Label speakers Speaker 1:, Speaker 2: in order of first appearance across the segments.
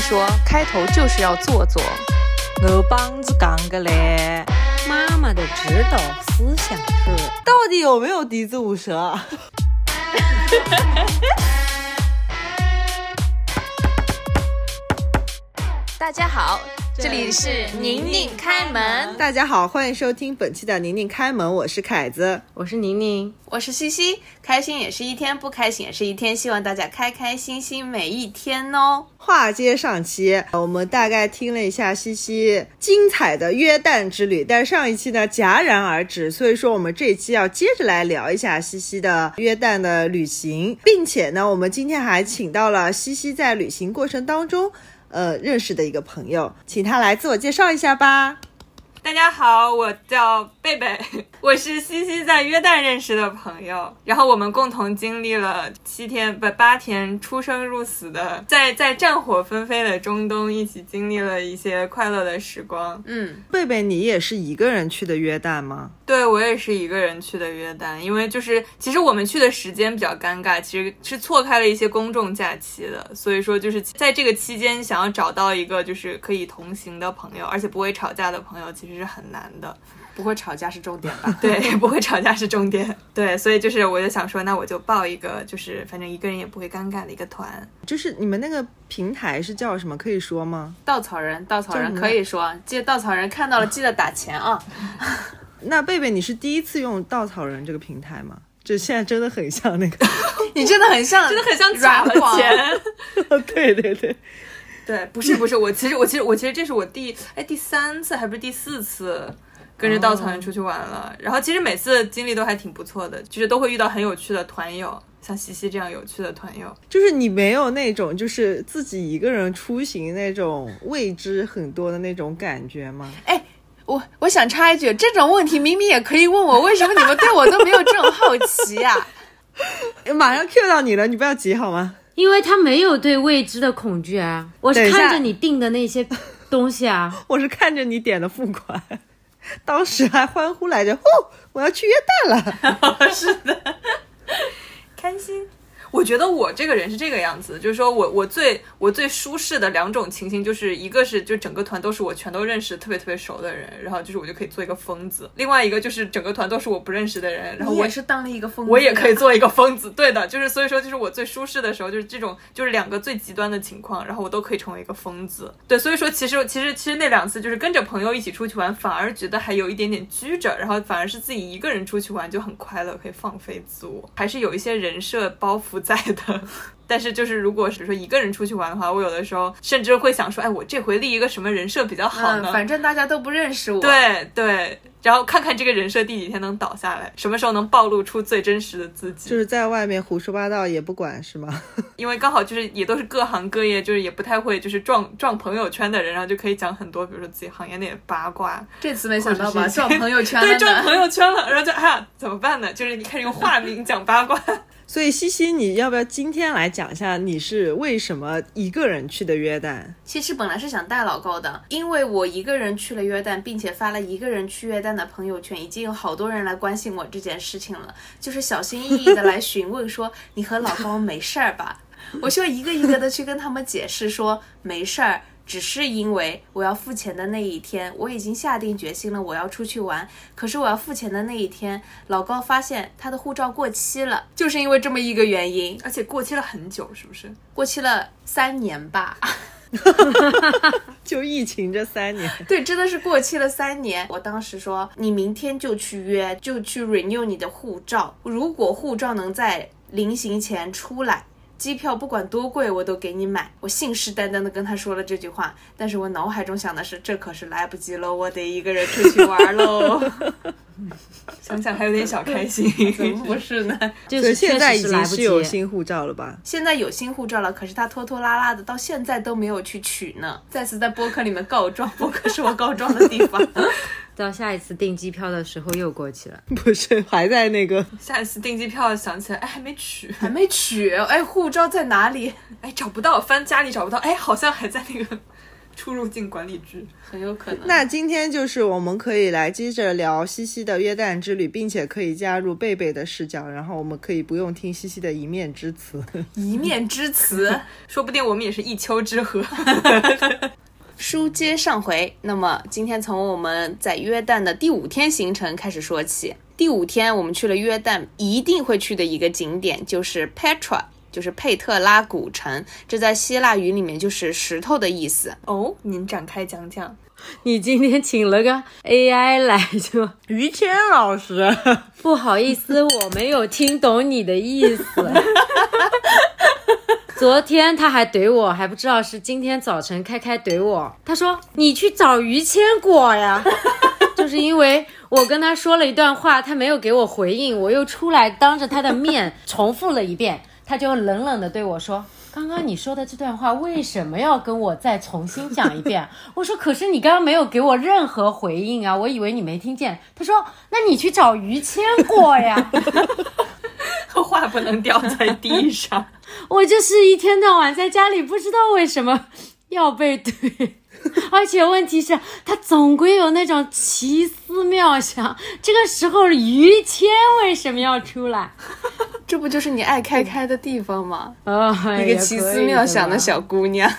Speaker 1: 说，开头就是要做做。
Speaker 2: 我帮子讲个嘞，
Speaker 3: 妈妈的指导思想是。
Speaker 2: 到底有没有笛子舞蛇？
Speaker 1: 大家好，这
Speaker 2: 这
Speaker 1: 里
Speaker 2: 里
Speaker 1: 是
Speaker 2: 是
Speaker 1: 宁
Speaker 2: 宁
Speaker 1: 宁
Speaker 2: 宁
Speaker 1: 开
Speaker 2: 开
Speaker 1: 门
Speaker 2: 门，
Speaker 4: 大家好，欢迎收听本期的宁宁开门，我是凯子。
Speaker 2: 我是宁宁，
Speaker 5: 我是西西，开心也是一天，不开心也是一天，希望大家开开心心每一天哦。
Speaker 4: 话接上期，我们大概听了一下西西精彩的约旦之旅，但上一期呢戛然而止，所以说我们这一期要接着来聊一下西西的约旦的旅行，并且呢，我们今天还请到了西西在旅行过程当中。呃，认识的一个朋友，请他来自我介绍一下吧。
Speaker 6: 大家好，我叫贝贝， 我是西西在约旦认识的朋友，然后我们共同经历了七天不八天出生入死的，在在战火纷飞的中东一起经历了一些快乐的时光。
Speaker 5: 嗯，
Speaker 4: 贝贝，你也是一个人去的约旦吗？
Speaker 6: 对我也是一个人去的约旦，因为就是其实我们去的时间比较尴尬，其实是错开了一些公众假期的，所以说就是在这个期间想要找到一个就是可以同行的朋友，而且不会吵架的朋友，其实是很难的。？
Speaker 5: 不会吵架是重点吧
Speaker 6: 对，不会吵架是重点。对，所以就是我就想说，那我就报一个，就是反正一个人也不会尴尬的一个团。
Speaker 4: 就是你们那个平台是叫什么？可以说吗？
Speaker 5: 稻草人，稻草人
Speaker 4: 就是
Speaker 5: 可以说，记得稻草人看到了记得打钱啊。
Speaker 4: 那贝贝，你是第一次用稻草人这个平台吗？这现在真的很像那个，
Speaker 5: 你真的很像，
Speaker 6: 真的很像抢了
Speaker 5: 软广
Speaker 6: 钱。
Speaker 4: 对对对，
Speaker 6: 对，不是不是，我其实我其实我其实这是我第哎第三次还不是第四次跟着稻草人出去玩了。然后其实每次经历都还挺不错的，就是都会遇到很有趣的团友，像西西这样有趣的团友。
Speaker 4: 就是你没有那种就是自己一个人出行那种未知很多的那种感觉吗？
Speaker 5: 哎我我想插一句，这种问题明明也可以问我，为什么你们对我都没有这种好奇啊 呀、
Speaker 4: 马上 Q 到你了，你不要急好吗？
Speaker 3: 因为他没有对未知的恐惧啊，我
Speaker 4: 等
Speaker 3: 是
Speaker 4: 一下
Speaker 3: 看着你定的那些东西 啊，
Speaker 4: 我是看着你点的付款， 当时还欢呼来着，哦，我要去约旦了。
Speaker 6: 开心。我觉得我这个人是这个样子，就是说我我最我最舒适的两种情形，就是一个是就整个团都是我全都认识特别特别熟的人，然后就是我就可以做一个疯子；另外一个就是整个团都是我不认识的人，然后我
Speaker 5: 也是当了一个疯子，
Speaker 6: 我也可以做一个疯子。对的， 就是所以说就是我最舒适的时候，就是这种就是两个最极端的情况，然后我都可以成为一个疯子。对，所以说其实其实其实那两次就是跟着朋友一起出去玩，反而觉得还有一点点拘着，然后反而是自己一个人出去玩就很快乐，可以放飞自我，还是有一些人设包袱在的。 但是就是如果比如说一个人出去玩的话，我有的时候甚至会想说，哎，我这回立一个什么人设比较好呢？
Speaker 5: 嗯，反正大家都不认识我。，
Speaker 6: 对对，然后看看这个人设第几天能倒下来，什么时候能暴露出最真实的自己。
Speaker 4: 就是在外面胡说八道也不管是吗？
Speaker 6: 因为刚好就是也都是各行各业，就是也不太会就是撞撞朋友圈的人，然后就可以讲很多，比如说自己行业内的八卦，
Speaker 5: 这次没想到吧，
Speaker 6: 或者是
Speaker 5: 撞朋友圈了
Speaker 6: 对，
Speaker 5: 呢。
Speaker 6: 撞朋友圈了，然后就啊怎么办呢？就是你开始用化名讲八卦，
Speaker 4: 所以西西，你要不要今天来讲一下你是为什么一个人去的约旦？
Speaker 5: 其实本来是想带老高的，因为我一个人去了约旦，并且发了一个人去约旦的朋友圈，已经有好多人来关心我这件事情了，就是小心翼翼的来询问说你和老高没事儿吧？ 我需要一个一个的去跟他们解释说没事儿。只是因为我要付钱的那一天，我已经下定决心了，我要出去玩。可是我要付钱的那一天，老高发现他的护照过期了，就是因为这么一个原因，
Speaker 6: 而且过期了很久，是不是？
Speaker 5: 过期了三年吧。
Speaker 4: 就疫情这三年，
Speaker 5: 对，真的是过期了三年。我当时说，你明天就去约，就去 renew 你的护照。如果护照能在临行前出来，机票不管多贵，我都给你买。我信誓旦旦的跟他说了这句话，但是我脑海中想的是，这可是来不及喽，我得一个人出去玩 喽。
Speaker 6: 想想还有点小开心。
Speaker 5: 怎么不是呢？
Speaker 3: 就
Speaker 4: 所以
Speaker 3: 是
Speaker 4: 现在
Speaker 3: 确
Speaker 4: 已
Speaker 3: 实是来
Speaker 4: 经是
Speaker 3: 不及。
Speaker 4: 有新护照了吧？
Speaker 5: 现在有新护照了，可是他拖拖拉拉的，到现在都没有去取呢。再次在播客里面告状，播客是我告状的地方。
Speaker 3: 到下一次订机票的时候又过期了，
Speaker 4: 不是，还在那 个
Speaker 6: 下一次订机票想起来，哎，还没取，
Speaker 5: 还没取，哎，护照在哪里？
Speaker 6: 哎，找不到，翻家里找不到，哎，好像还在那个出入境管理局。
Speaker 5: 很有可能。
Speaker 4: 那今天就是我们可以来接着聊西西的约旦之旅，并且可以加入贝贝的视角，然后我们可以不用听西西的一面之 词。
Speaker 5: 一面之词，
Speaker 6: 说不定我们也是一丘之 貉。
Speaker 5: 书接上回。那么今天从我们在约旦的第五天行程开始说起。第五天我们去了约旦一定会去的一个景点，就是 Petra，就是佩特拉古城。这在希腊语里面就是石头的意思。
Speaker 6: 哦，您展开讲讲。
Speaker 3: 你今天请了个 AI 来就
Speaker 4: 于谦老师，
Speaker 3: 不好意思，我没有听懂你的意思。 昨天他还怼我，还不知道是今天早晨开开怼我。他说你去找于谦果呀，就是因为我跟他说了一段话，他没有给我回应，我又出来当着他的面重复了一遍，他就冷冷的对我说。刚刚你说的这段话为什么要跟我再重新讲一遍？啊 我说，可是你刚刚没有给我任何回应啊，我以为你没听见。他说，那你去找于谦过呀。
Speaker 6: 话不能掉在地上。
Speaker 3: 我就是一天到晚在家里，不知道为什么 要被怼， 而且问题是，他总归有那种奇思妙想。这个时候，于谦为什么要出来？
Speaker 5: 这不就是你爱开开的地方吗？
Speaker 3: 哦，
Speaker 5: 一个奇思妙想的小姑娘。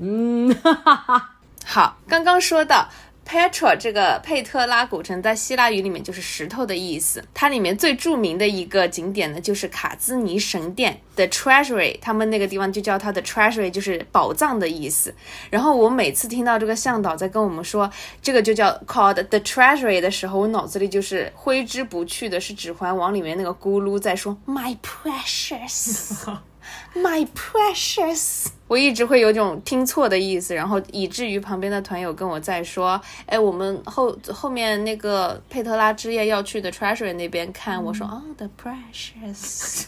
Speaker 3: 嗯，哈哈哈。
Speaker 5: 好，刚刚说到 Petra 这个佩特拉古城，在希腊语里面就是石头的意思。它里面最著名的一个景点呢，就是卡兹尼神殿 The Treasury，他们那个地方就叫它的 Treasury，就是宝藏的意思。然后我每次听到这个向导在跟我们说这个就叫 called the Treasury 的时候，我脑子里就是挥之不去的是《指环王》里面那个咕噜在说 My precious。My precious，我一直会有种听错的意思，然后以至于旁边的团友跟我在说，哎，我们后后面那个佩特拉之夜要去的 Treasury 那边看，我
Speaker 6: 嗯
Speaker 5: 说啊、t h e precious，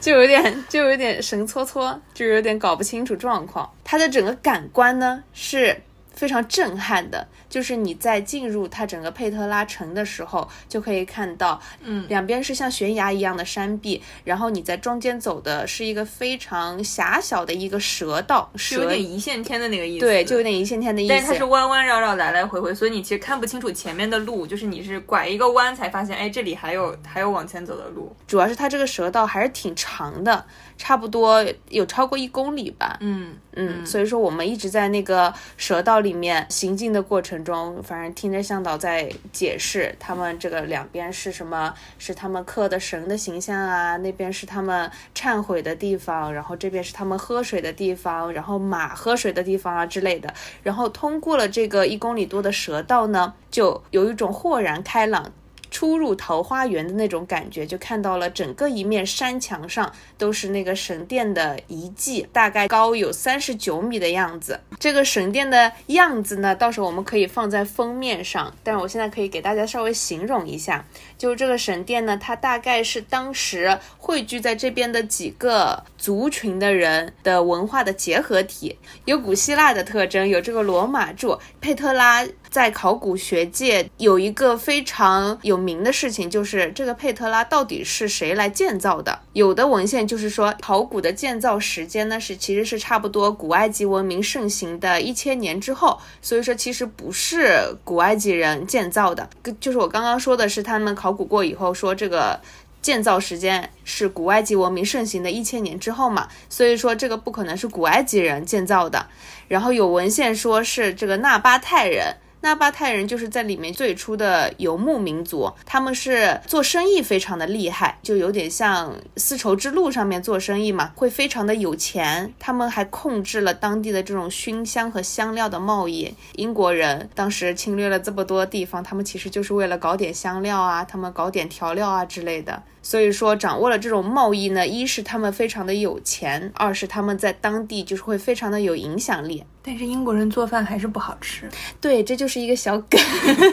Speaker 5: 就有点就有点神搓搓，就有点搞不清楚状况。它的整个感官呢是非常震撼的，就是你在进入它整个佩特拉城的时候，就可以看到，嗯，两边是像悬崖一样的山壁，然后你在中间走的是一个非常狭小的一个蛇道，
Speaker 6: 有
Speaker 5: 蛇
Speaker 6: 点一线天的那个意思。
Speaker 5: 对，就有点一线天的意思。
Speaker 6: 但是它是弯弯绕绕来来回回，所以你其实看不清楚前面的路，就是你是拐一个弯才发现，哎，这里还有还有往前走的路。
Speaker 5: 主要是它这个蛇道还是挺长的，差不多有超过一公里吧。
Speaker 6: 嗯，
Speaker 5: 嗯，所以说我们一直在那个蛇道里面行进的过程中，反正听着向导在解释他们这个两边是什么，是他们刻的神的形象啊，那边是他们忏悔的地方，然后这边是他们喝水的地方，然后马喝水的地方啊之类的。然后通过了这个一公里多的蛇道呢，就有一种豁然开朗。初入桃花源的那种感觉，就看到了整个一面山墙上都是那个神殿的遗迹，大概高有三十九米的样子。这个神殿的样子呢，到时候我们可以放在封面上，但是我现在可以给大家稍微形容一下，就是这个神殿呢，它大概是当时汇聚在这边的几个族群的人的文化的结合体，有古希腊的特征，有这个罗马柱，佩特拉。在考古学界有一个非常有名的事情，就是这个佩特拉到底是谁来建造的？有的文献就是说，考古的建造时间呢是其实是差不多古埃及文明盛行的一千年之后，所以说其实不是古埃及人建造的，跟就是我刚刚说的是他们考古过以后说这个。建造时间是古埃及文明盛行的一千年之后嘛，所以说这个不可能是古埃及人建造的。然后有文献说是这个纳巴泰人，纳巴泰人就是在里面最初的游牧民族，他们是做生意非常的厉害，就有点像丝绸之路上面做生意嘛，会非常的有钱。他们还控制了当地的这种熏香和香料的贸易。英国人当时侵略了这么多地方，他们其实就是为了搞点香料啊，他们搞点调料啊之类的。所以说，掌握了这种贸易呢，一是他们非常的有钱，二是他们在当地就是会非常的有影响力。
Speaker 6: 但是英国人做饭还是不好吃。
Speaker 5: 对，这就是一个小梗。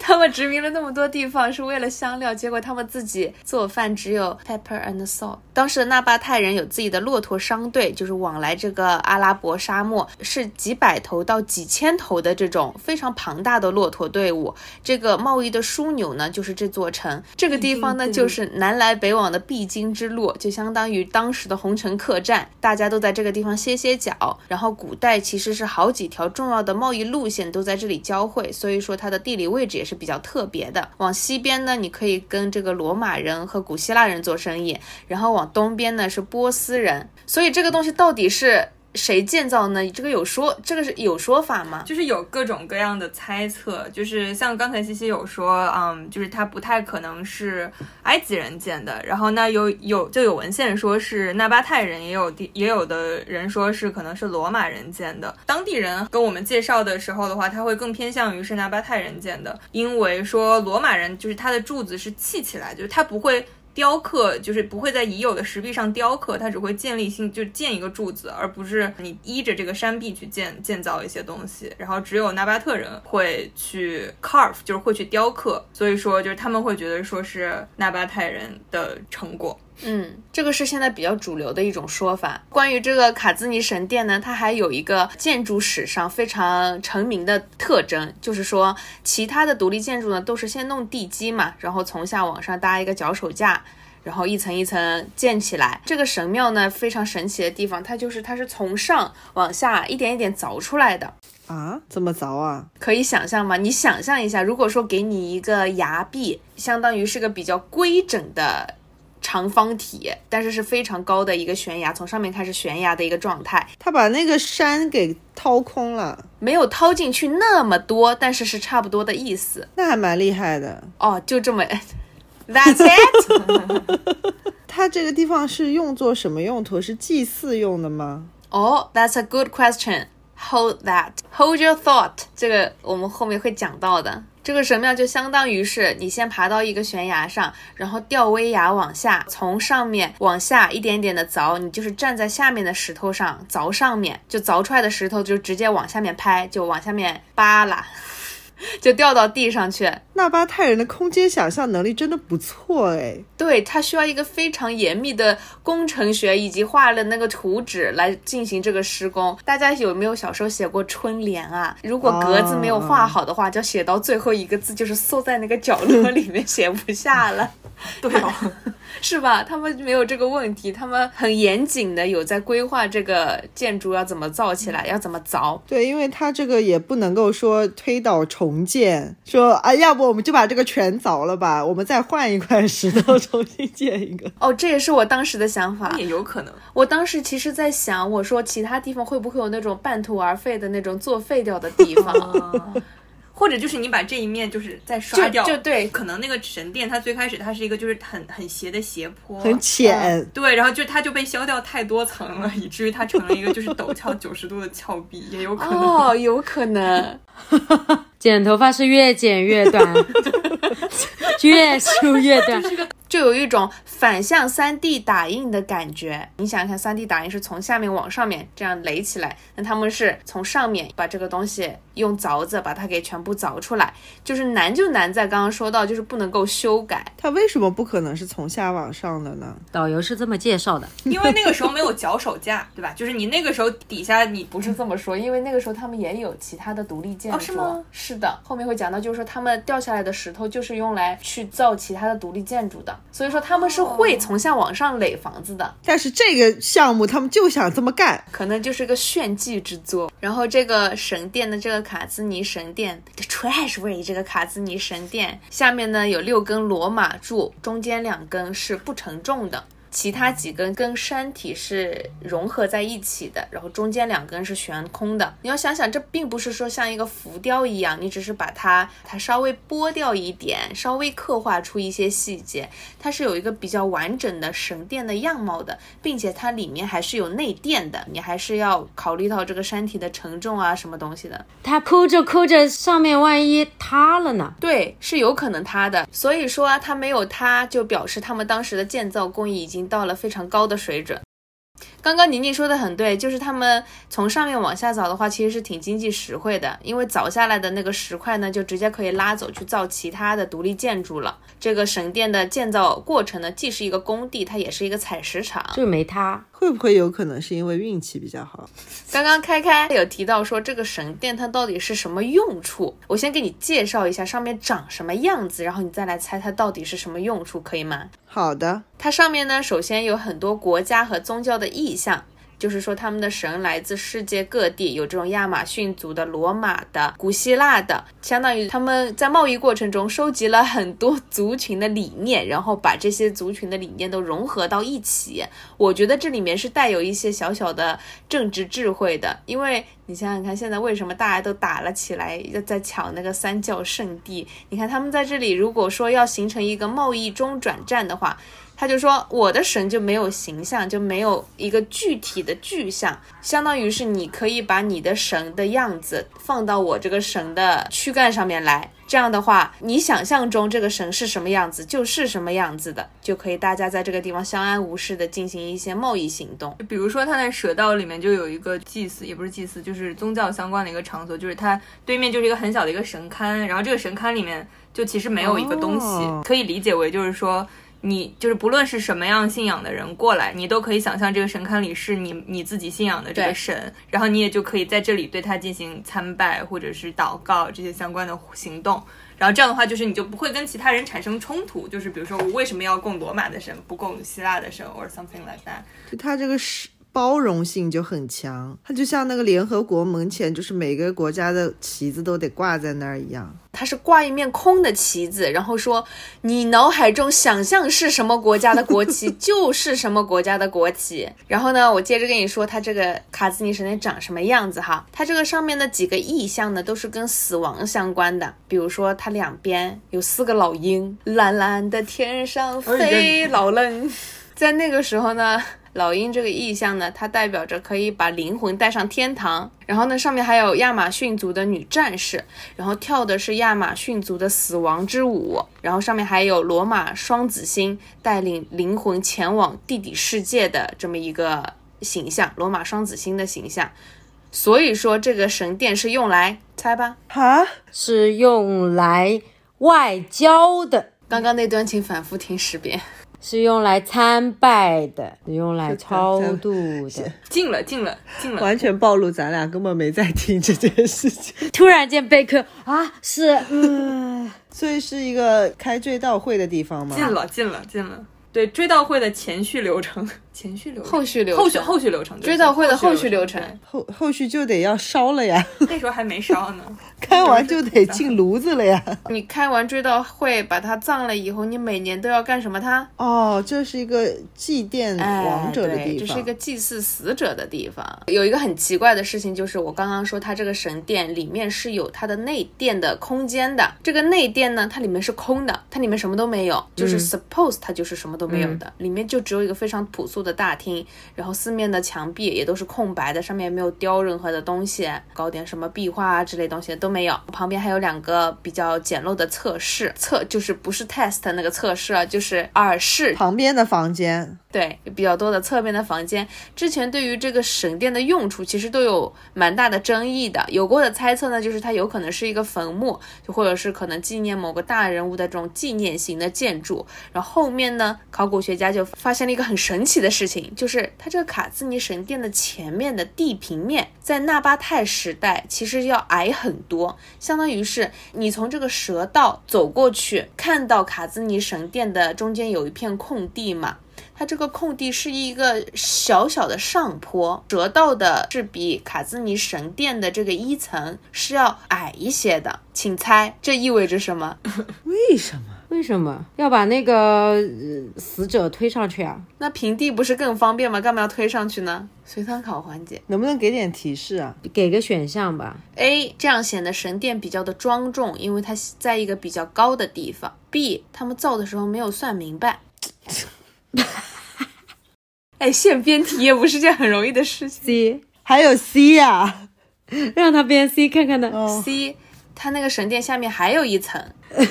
Speaker 5: 他们殖民了那么多地方是为了香料，结果他们自己做饭只有 pepper and salt。当时的纳巴泰人有自己的骆驼商队，就是往来这个阿拉伯沙漠，是几百头到几千头的这种非常庞大的骆驼队伍。这个贸易的枢纽呢，就是这座城。这个地方呢，就是南来北往的必经之路，就相当于当时的红城客栈，大家都在这个地方歇歇脚。然后古代其实是好几条重要的贸易路线都在这里交汇，所以说它的地理位置也是比较特别的。往西边呢，你可以跟这个罗马人和古希腊人做生意，然后往东边呢是波斯人。所以这个东西到底是谁建造呢？这个有说，这个是有说法吗？
Speaker 6: 就是有各种各样的猜测，就是像刚才西西有说，嗯，就是它不太可能是埃及人建的。然后呢，有有就有文献说是纳巴泰人，也有地也有的人说是可能是罗马人建的。当地人跟我们介绍的时候的话，他会更偏向于是纳巴泰人建的，因为说罗马人就是他的柱子是砌起来，就是他不会。雕刻就是不会在已有的石壁上雕刻，它只会建立性，就建一个柱子，而不是你依着这个山壁去建建造一些东西。然后只有纳巴特人会去 carve，就是会去雕刻，所以说就是他们会觉得说是纳巴泰人的成果。
Speaker 5: 嗯，这个是现在比较主流的一种说法。关于这个卡兹尼神殿呢，它还有一个建筑史上非常成名的特征，就是说其他的独立建筑呢都是先弄地基嘛，然后从下往上搭一个脚手架。然后一层一层建起来。这个神庙呢，非常神奇的地方，它就是它是从上往下一点一点凿出来的。
Speaker 4: 啊，这么凿啊？
Speaker 5: 可以想象吗？你想象一下，如果说给你一个崖壁，相当于是个比较规整的长方体，但是是非常高的一个悬崖，从上面开始悬崖的一个状态，
Speaker 4: 他把那个山给掏空了，
Speaker 5: 没有掏进去那么多，但是是差不多的意思。
Speaker 4: 那还蛮厉害的。
Speaker 5: 哦，就这么 ，That's it 。
Speaker 4: 它这个地方是用作什么用途？是祭祀用的吗？
Speaker 5: 哦、t h a t s a good question. Hold that. Hold your thought. 这个我们后面会讲到的。这个神庙就相当于是你先爬到一个悬崖上，然后吊威亚往下，从上面往下一点点的凿，你就是站在下面的石头上凿上面，就凿出来的石头就直接往下面拍，就往下面扒拉， 就掉到地上去。
Speaker 4: 纳巴泰人的空间想象能力真的不错哎，
Speaker 5: 对，它需要一个非常严密的工程学以及画了那个图纸来进行这个施工。大家有没有小时候写过春联啊？如果格子没有画好的话，就写到最后一个字，就是缩在那个角落里面写不下了，
Speaker 6: 对哦，
Speaker 5: 是吧？他们没有这个问题，他们很严谨的有在规划这个建筑要怎么造起来，要怎么凿。
Speaker 4: 对，因为它这个也不能够说推倒重建，说啊，要不我们就把这个全凿了吧，我们再换一块石头重新建一个。
Speaker 5: 哦，这也是我当时的想法。
Speaker 6: 也有可能。
Speaker 5: 我当时其实在想，我说其他地方会不会有那种半途而废的那种作废掉的地方？
Speaker 6: 或者就是你把这一面就是再刷掉，
Speaker 5: 就对
Speaker 6: 可能那个神殿它最开始它是一个就是很很斜的斜坡，
Speaker 4: 很浅，
Speaker 6: 对，然后就它就被削掉太多层了，以至于它成了一个就是陡峭九十度的峭壁，也有可能。
Speaker 5: 哦，有可能。
Speaker 3: 剪头发是越剪越 短，越修越短。
Speaker 5: 就有一种反向 3D 打印的感觉。你想想看，3D 打印是从下面往上面这样垒起来，那他们是从上面把这个东西用凿子把它给全部凿出来，就是难就难在刚刚说到，就是不能够修改。
Speaker 4: 它为什么不可能是从下往上的呢？
Speaker 3: 导游是这么介绍的，
Speaker 6: 因为那个时候没有脚手架，对吧？就是你那个时候底下你不
Speaker 5: 不
Speaker 6: 是
Speaker 5: 是这么说，因为那个时候他们也有其他的独立建筑，
Speaker 6: 哦是吗？
Speaker 5: 是的，后面会讲到，就是说他们掉下来的石头就是用来去造其他的独立建筑的，所以说他们是会从下往上垒房子的。
Speaker 4: 但是这个项目他们就想这么干，
Speaker 5: 可能就是个炫技之作。然后这个神殿的这个卡兹尼神殿，The Trash Way 这个卡兹尼神殿下面呢有六根罗马柱，中间两根是不承重的。其他几根跟山体是融合在一起的，然后中间两根是悬空的。你要想想，这并不是说像一个浮雕一样，你只是把它它稍微剥掉一点，稍微刻画出一些细节，它是有一个比较完整的神殿的样貌的，并且它里面还是有内殿的，你还是要考虑到这个山体的承重啊，什么东西的。
Speaker 3: 它抠着抠着，上面万一塌了呢？
Speaker 5: 对，是有可能塌的。所以说啊，它没有塌，就表示他们当时的建造工艺已经到了非常高的水准。刚刚宁宁说的很对，就是他们从上面往下找的话，其实是挺经济实惠的，因为凿下来的那个石块呢，就直接可以拉走去造其他的独立建筑了。这个神殿的建造过程呢，既是一个工地，它也是一个采石场。
Speaker 3: 就是没他，
Speaker 4: 会不会有可能是因为运气比较好？
Speaker 5: 刚刚开开有提到说这个神殿它到底是什么用处，我先给你介绍一下上面长什么样子，然后你再来猜它到底是什么用处，可以吗？
Speaker 4: 好的，
Speaker 5: 它上面呢，首先有很多国家和宗教的意象，就是说他们的神来自世界各地，有这种亚马逊族的、罗马的、古希腊的，相当于他们在贸易过程中收集了很多族群的理念，然后把这些族群的理念都融合到一起。我觉得这里面是带有一些小小的政治智慧的，因为你想想看，现在为什么大家都打了起来，要在抢那个三教圣地？你看他们在这里，如果说要形成一个贸易中转站的话，他就说我的神就没有形象，就没有一个具体的具象，相当于是你可以把你的神的样子放到我这个神的躯干上面来。这样的话，你想象中这个神是什么样子，就是什么样子的，就可以大家在这个地方相安无事的进行一些贸易行动。
Speaker 6: 比如说，他在蛇道里面就有一个祭祀，也不是祭祀，就是宗教相关的一个场所，就是它对面就是一个很小的一个神龛，然后这个神龛里面就其实没有一个东西，
Speaker 4: 哦
Speaker 6: 可以理解为就是说。你就是不论是什么样信仰的人过来，你都可以想象这个神龛里是你你自己信仰的这个
Speaker 5: 对
Speaker 6: 神，然后你也就可以在这里对他进行参拜或者是祷告这些相关的行动。然后这样的话，就是你就不会跟其他人产生冲突，就是比如说我为什么要供罗马的神，不供希腊的神，or something like that。
Speaker 4: 就它这个是包容性就很强，它就像那个联合国门前，就是每个国家的旗子都得挂在那儿一样。
Speaker 5: 他是挂一面空的旗子， 然后说你脑海中想象是什么国家的国旗就是什么国家的国旗。然后呢，我接着跟你说，它这个卡兹尼神殿长什么样子哈？它这个上面的几个意象呢，都是跟死亡相关的，比如说它两边有四个老鹰，蓝蓝的天上飞老鹰。在那个时候呢，老鹰这个意象呢，它代表着可以把灵魂带上天堂。然后呢，上面还有亚马逊族的女战士，然后跳的是亚马逊族的死亡之舞。然后上面还有罗马双子星带领灵魂前往地底世界的这么一个形象，罗马双子星的形象。所以说，这个神殿是用来猜吧。
Speaker 4: 哈，
Speaker 3: 是用来外交的，
Speaker 5: 刚刚那段请反复听十 遍。
Speaker 3: 是用来参拜的，是用来超
Speaker 4: 参
Speaker 3: 度的。
Speaker 6: 进了，进了，进了。
Speaker 4: 完全暴露咱俩根本没在听这件事情，
Speaker 3: 突然间被克啊，是嗯，
Speaker 4: 所以是一个开追悼会的地方吗？
Speaker 6: 进了，进了，进了。对追悼会的前续流程，前续流程，
Speaker 5: 后续流程
Speaker 6: 后续后续流程，对
Speaker 5: 追悼会的
Speaker 6: 后
Speaker 5: 后续流程
Speaker 4: 后后续就得要烧了呀，
Speaker 6: 对那时候还没烧呢。
Speaker 4: 开完就得进炉子了呀。
Speaker 5: 你开完追悼会，把它葬了以后，你每年都要干什么它？
Speaker 4: 哦，这是一个祭奠
Speaker 5: 哎，
Speaker 4: 王者的
Speaker 5: 对
Speaker 4: 地
Speaker 5: 这
Speaker 4: 方，
Speaker 5: 是一个祭祀死者的地方。有一个很奇怪的事情，就是我刚刚说它这个神殿里面是有它的内殿的空间的，这个内殿呢，它里面是空的，它里面什么都没有，就是
Speaker 4: 嗯
Speaker 5: suppose 它就是什么都没有的，里面就只有一个非常朴素的大厅，然后四面的墙壁也都是空白的，上面也没有雕任何的东西，搞点什么壁画啊之类东西都没有。旁边还有两个比较简陋的测试，测就是不是 test 那个测试啊，就是耳饰，
Speaker 4: 旁边的房间。
Speaker 5: 对，有比较多的侧面的房间。之前对于这个神殿的用处，其实都有蛮大的争议的。有过的猜测呢，就是它有可能是一个坟墓，就或者是可能纪念某个大人物的这种纪念型的建筑。然后后面呢，考古学家就发现了一个很神奇的事情，就是它这个卡兹尼神殿的前面的地平面，在纳巴泰时代其实要矮很多，相当于是你从这个蛇道走过去，看到卡兹尼神殿的中间有一片空地嘛。它这个空地是一个小小的上坡，折到的是比卡兹尼神殿的这个一层是要矮一些的。请猜这意味着什么？
Speaker 4: 为什么？
Speaker 3: 为什么要把那个、呃死者推上去啊？
Speaker 5: 那平地不是更方便吗？干嘛要推上去呢？随堂考环节
Speaker 4: 能不能给点提示啊？
Speaker 3: 给个选项吧。
Speaker 5: ：A. 这样显得神殿比较的庄重，因为它在一个比较高的地方；B. 他们造的时候没有算明白。 哎，现编题也不是件很容易的事情。
Speaker 3: C，
Speaker 4: 还有 C 呀、
Speaker 3: 让他变 C 看看呢。
Speaker 4: 哦
Speaker 5: C，它那个神殿下面还有一层，
Speaker 4: 哎，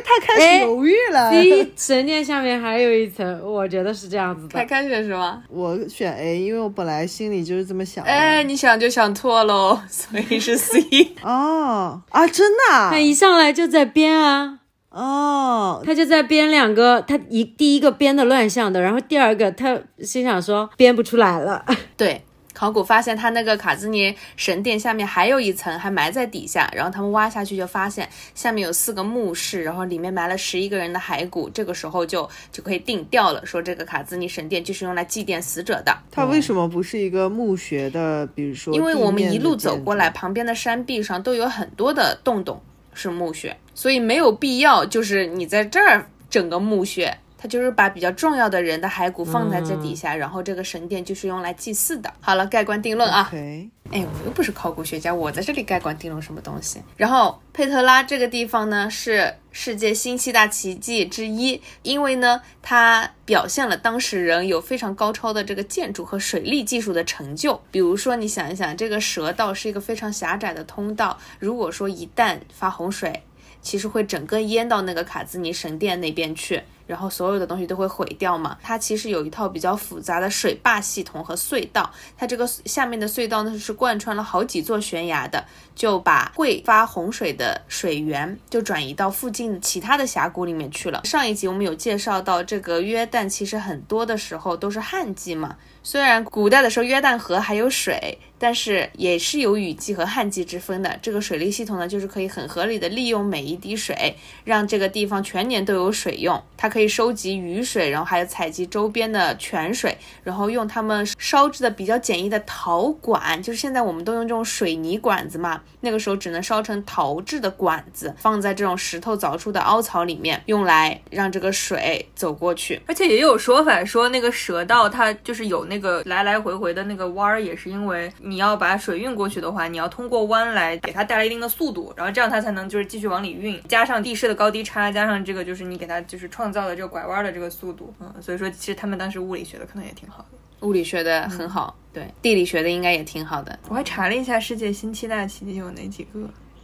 Speaker 4: 他开始犹豫了。
Speaker 3: 第一神殿下面还有一层，我觉得是这样子
Speaker 5: 开
Speaker 3: 的。
Speaker 5: 开始是吗？
Speaker 4: 我选 A，因为我本来心里就是这么想的。
Speaker 5: 哎，你想就想错喽， 所以是 C。
Speaker 4: 哦啊，真的啊
Speaker 5: 哎
Speaker 3: 他一上来就在编啊，
Speaker 4: 哦，
Speaker 3: 他就在编两个，他一第一个编的乱象的，然后第二个他心想说编不出来了，
Speaker 5: 对，考古发现他那个卡兹尼神殿下面还有一层，还埋在底下。然后他们挖下去就发现下面有四个墓室，然后里面埋了十一个人的骸骨。这个时候就就可以定调了，说这个卡兹尼神殿就是用来祭奠死者的。
Speaker 4: 它为什么不是一个墓穴的？比如说，
Speaker 5: 因为我
Speaker 4: 地
Speaker 5: 们
Speaker 4: 面
Speaker 5: 一
Speaker 4: 的
Speaker 5: 路走
Speaker 4: 建
Speaker 5: 过
Speaker 4: 筑
Speaker 5: 来，，旁边的山壁上都有很多的洞洞是墓穴，所以没有必要就是你在这儿整个墓穴。它就是把比较重要的人的骸骨放在这
Speaker 4: 嗯
Speaker 5: 底下，然后这个神殿就是用来祭祀的。好了，盖棺定论啊。
Speaker 4: OK，
Speaker 5: 哎，我又不是考古学家，我在这里盖棺定论什么东西？然后佩特拉这个地方呢，是世界新七大奇迹之一，因为呢，它表现了当时人有非常高超的这个建筑和水利技术的成就。比如说，你想一想，这个蛇道是一个非常狭窄的通道，如果说一旦发洪水，其实会整个淹到那个卡兹尼神殿那边去，然后所有的东西都会毁掉嘛。它其实有一套比较复杂的水坝系统和隧道，它这个下面的隧道呢是贯穿了好几座悬崖的，就把会发洪水的水源就转移到附近其他的峡谷里面去了。上一集我们有介绍到，这个约旦其实很多的时候都是旱季嘛，虽然古代的时候约旦河还有水，但是也是有雨季和旱季之分的。这个水利系统呢，就是可以很合理的利用每一滴水，让这个地方全年都有水用。它可以收集雨水，然后还有采集周边的泉水，然后用它们烧制的比较简易的陶管，就是现在我们都用这种水泥管子嘛，那个时候只能烧成陶制的管子，放在这种石头凿出的凹槽里面，用来让这个水走过去。
Speaker 6: 而且也有说法说，那个蛇道它就是有那个来来回回的那个弯儿，也是因为你要把水运过去的话，你要通过弯来给它带来一定的速度，然后这样它才能就是继续往里运。加上地势的高低差，加上这个就是你给它就是创造的这个拐弯的这个速度，嗯，所以说其实他们当时物理学的可能也挺好的。
Speaker 5: 物理学的很好，对，地理学的应该也挺好的。
Speaker 6: 我还查了一下世界新七大奇迹有哪几个，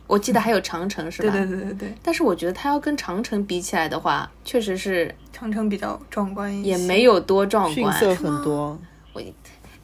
Speaker 5: 我记得还有长城是吧？
Speaker 6: 对对对对对，
Speaker 5: 但是我觉得它要跟长城比起来的话，确实是
Speaker 6: 长城比较壮观一些，
Speaker 5: 也没有多壮
Speaker 4: 逊
Speaker 5: 观。
Speaker 4: 色很多。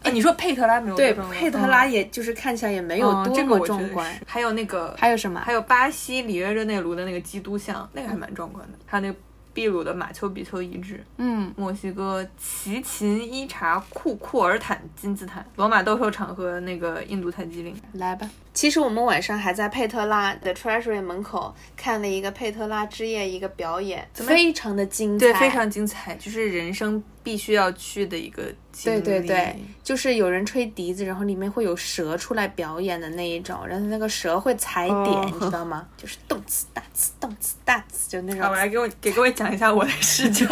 Speaker 6: 哎，你说佩特拉没有
Speaker 5: 对，
Speaker 6: 多壮观哦
Speaker 5: 佩特拉也就是看起来也没
Speaker 6: 没
Speaker 5: 有多么壮观。哦
Speaker 6: 还有那个
Speaker 5: 还有什么？
Speaker 6: 还有巴西里约热内卢的那个基督像，那个还蛮壮观的。还有那个秘鲁的马丘比丘遗址，
Speaker 5: 嗯，
Speaker 6: 墨西哥奇琴伊察库库尔坦金字塔，罗马斗兽场和那个印度泰姬陵。
Speaker 5: 来吧。其实我们晚上还在佩特拉的 Treasury 门口看了一个佩特拉之夜一个表演，非常的精彩，
Speaker 6: 对，非常精彩，就是人生必须要去的一个经
Speaker 5: 对
Speaker 6: 历。
Speaker 5: 对对，就是有人吹笛子，然后里面会有蛇出来表演的那一种，然后那个蛇会踩点，
Speaker 4: 哦
Speaker 5: 你知道吗？就是动次打次，动次打次，就那
Speaker 6: 好，我
Speaker 5: 种。
Speaker 6: 来给我给各位讲一下我的视角。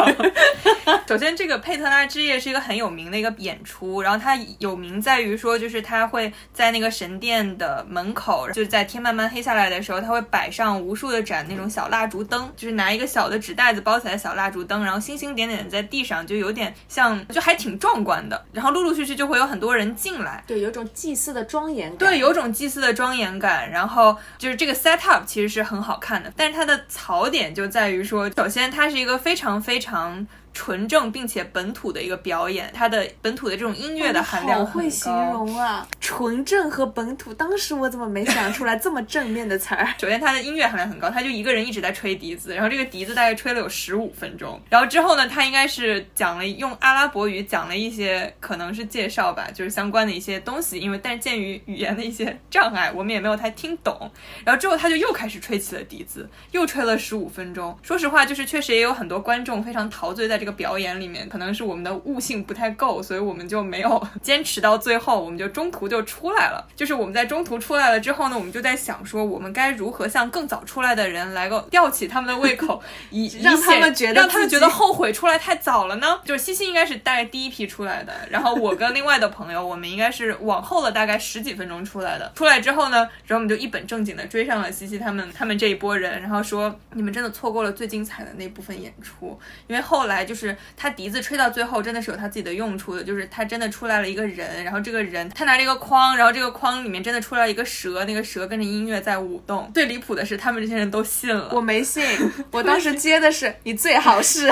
Speaker 6: 首先，这个佩特拉之夜是一个很有名的一个演出，然后它有名在于说，就是它会在那个神殿的门口，就是在天慢慢黑下来的时候，它会摆上无数的盏那种小蜡烛灯，就是拿一个小的纸袋子包起来的小蜡烛灯，然后星星点点在地上，就有点像，就还挺壮观的。然后陆陆续续就会有很多人进来，
Speaker 5: 对，有种祭祀的庄严感。
Speaker 6: 对，有种祭祀的庄严感，然后就是这个 set up 其实是很好看的，但是它的槽点就在于说，首先它是一个非常非常纯正并且本土的一个表演，它的本土的这种音乐的含量
Speaker 5: 好
Speaker 6: 很高。？
Speaker 5: 会形容啊，纯正和本土。当时我怎么没想出来这么正面的词儿
Speaker 6: 首先，它的音乐含量很高，他就一个人一直在吹笛子，然后这个笛子大概吹了有十五分钟。然后之后呢，他应该是讲了用阿拉伯语讲了一些可能是介绍吧，就是相关的一些东西。因为但是鉴于语言的一些障碍，我们也没有太听懂。然后之后他就又开始吹起了笛子，又吹了十五分钟。说实话，就是确实也有很多观众非常陶醉在这个表演里面，可能是我们的悟性不太够，所以我们就没有 坚持到最后，我们就中途就出来了。就是我们在中途出来了之后呢，我们就在想说，我们该如何向更早出来的人来够吊起他们的胃口，以以
Speaker 5: 让他
Speaker 6: 显
Speaker 5: 们觉得
Speaker 6: 让他们
Speaker 5: 自己
Speaker 6: 觉得后悔出来太早了呢？ 就是西西应该是大概第一批出来的，然后我跟另外的朋友，我们应该是往后了大概十几分钟出来的。出来之后呢，然后我们就一本正经的追上了西西他们他们这一波人，然后说你们真的错过了最精彩的那部分演出，因为后来就是。就是他笛子吹到最后真的是有他自己的用处的，就是他真的出来了一个人，然后这个人他拿了一个筐，然后这个筐里面真的出来一个蛇，那个蛇跟着音乐在舞动。最离谱的是，他们这些人都信了，
Speaker 5: 我没信，我当时接的是你最好 是，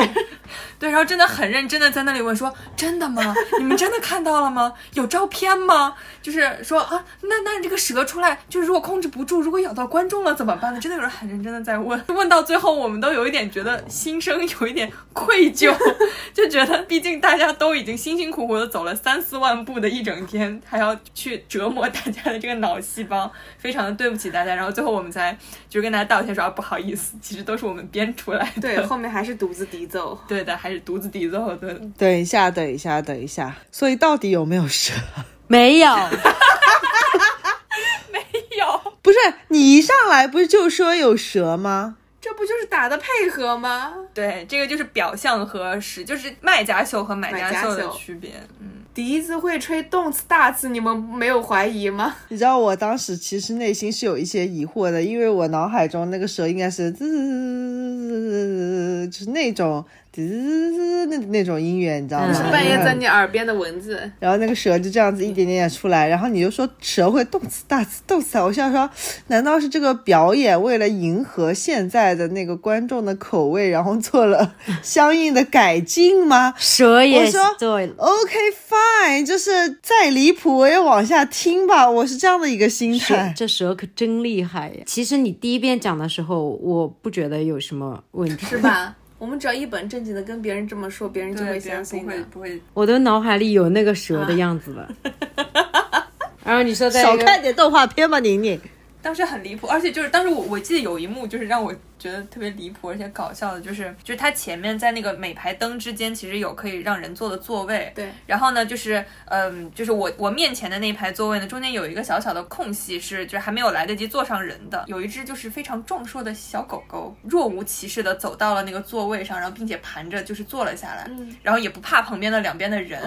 Speaker 6: 对，然后真的很认真的在那里问说：“真 的吗？你们真的看到了吗？有照片吗？”就是说啊，那那这个蛇出来，就是如果控制不住，如果咬到观众了怎么办呢？真的有人很认真的在问，问到最后我们都有一点觉得心生有一点愧疚， 就觉得毕竟大家都已经辛辛苦苦的走了三四万步的一整天，还要去折磨大家的这个脑细胞，非常的对不起大家。然后最后我们才就跟大家道歉说啊，不好意思，其实都是我们编出来的。
Speaker 5: 对，后面还是独自笛奏。
Speaker 6: 对的，还是独自笛奏的。
Speaker 4: 等一下，等一下，等一下，所以到底有没有蛇？
Speaker 3: 没有，
Speaker 6: 有，
Speaker 4: 不是你一上来不是就说有蛇吗？
Speaker 5: 这不就是打的配合吗？
Speaker 6: 对，这个就是表象和实，就是卖家秀和买家秀的区别。嗯，
Speaker 5: 笛子会吹动次打次，你们没有怀疑吗？
Speaker 4: 你知道我当时其实内心是有一些疑惑的，因为我脑海中那个蛇应该是滋滋滋滋滋，就是那种滋滋滋那那种音乐，你知道吗？
Speaker 3: 嗯
Speaker 5: 半夜在你耳边的蚊子，
Speaker 4: 然后那个蛇就这样子一点点点出来，然后你就说蛇会动次打次动次啊打次。我想说，难道是这个表演为了迎合现在的那个观众的口味，然后做了相应的改进吗？
Speaker 3: 蛇
Speaker 4: 我
Speaker 3: 也
Speaker 4: 说
Speaker 3: 对了。
Speaker 4: OK fine，就是再离谱我也往下听吧，我是这样的一个心
Speaker 3: 蛇
Speaker 4: 态。
Speaker 3: 这蛇可真厉害呀！其实你第一遍讲的时候，我不觉得有什么问题，
Speaker 5: 是吧？我们只要一本正经的跟别人这么说，别人就会相信
Speaker 6: 不会
Speaker 5: 的。
Speaker 6: 不会。
Speaker 3: 我的脑海里有那个蛇的 样子了。然后你说在
Speaker 4: 啊少
Speaker 3: 一个
Speaker 4: 看点动画片吧，宁宁。
Speaker 6: 当时很离谱，而且就是当时我我记得有一幕就是让我觉得特别离谱而且搞笑的，就是就是它前面在那个每排灯之间其实有可以让人坐的座位，
Speaker 5: 对
Speaker 6: 然后呢，就是嗯，就是我我面前的那一排座位呢，中间有一个小小的空隙是，就是还没有来得及坐上人的。有一只就是非常壮硕的小狗狗，若无其事的走到了那个座位上，然后并且盘着就是坐了下来，
Speaker 5: 嗯
Speaker 6: 然后也不怕旁边的两边的人，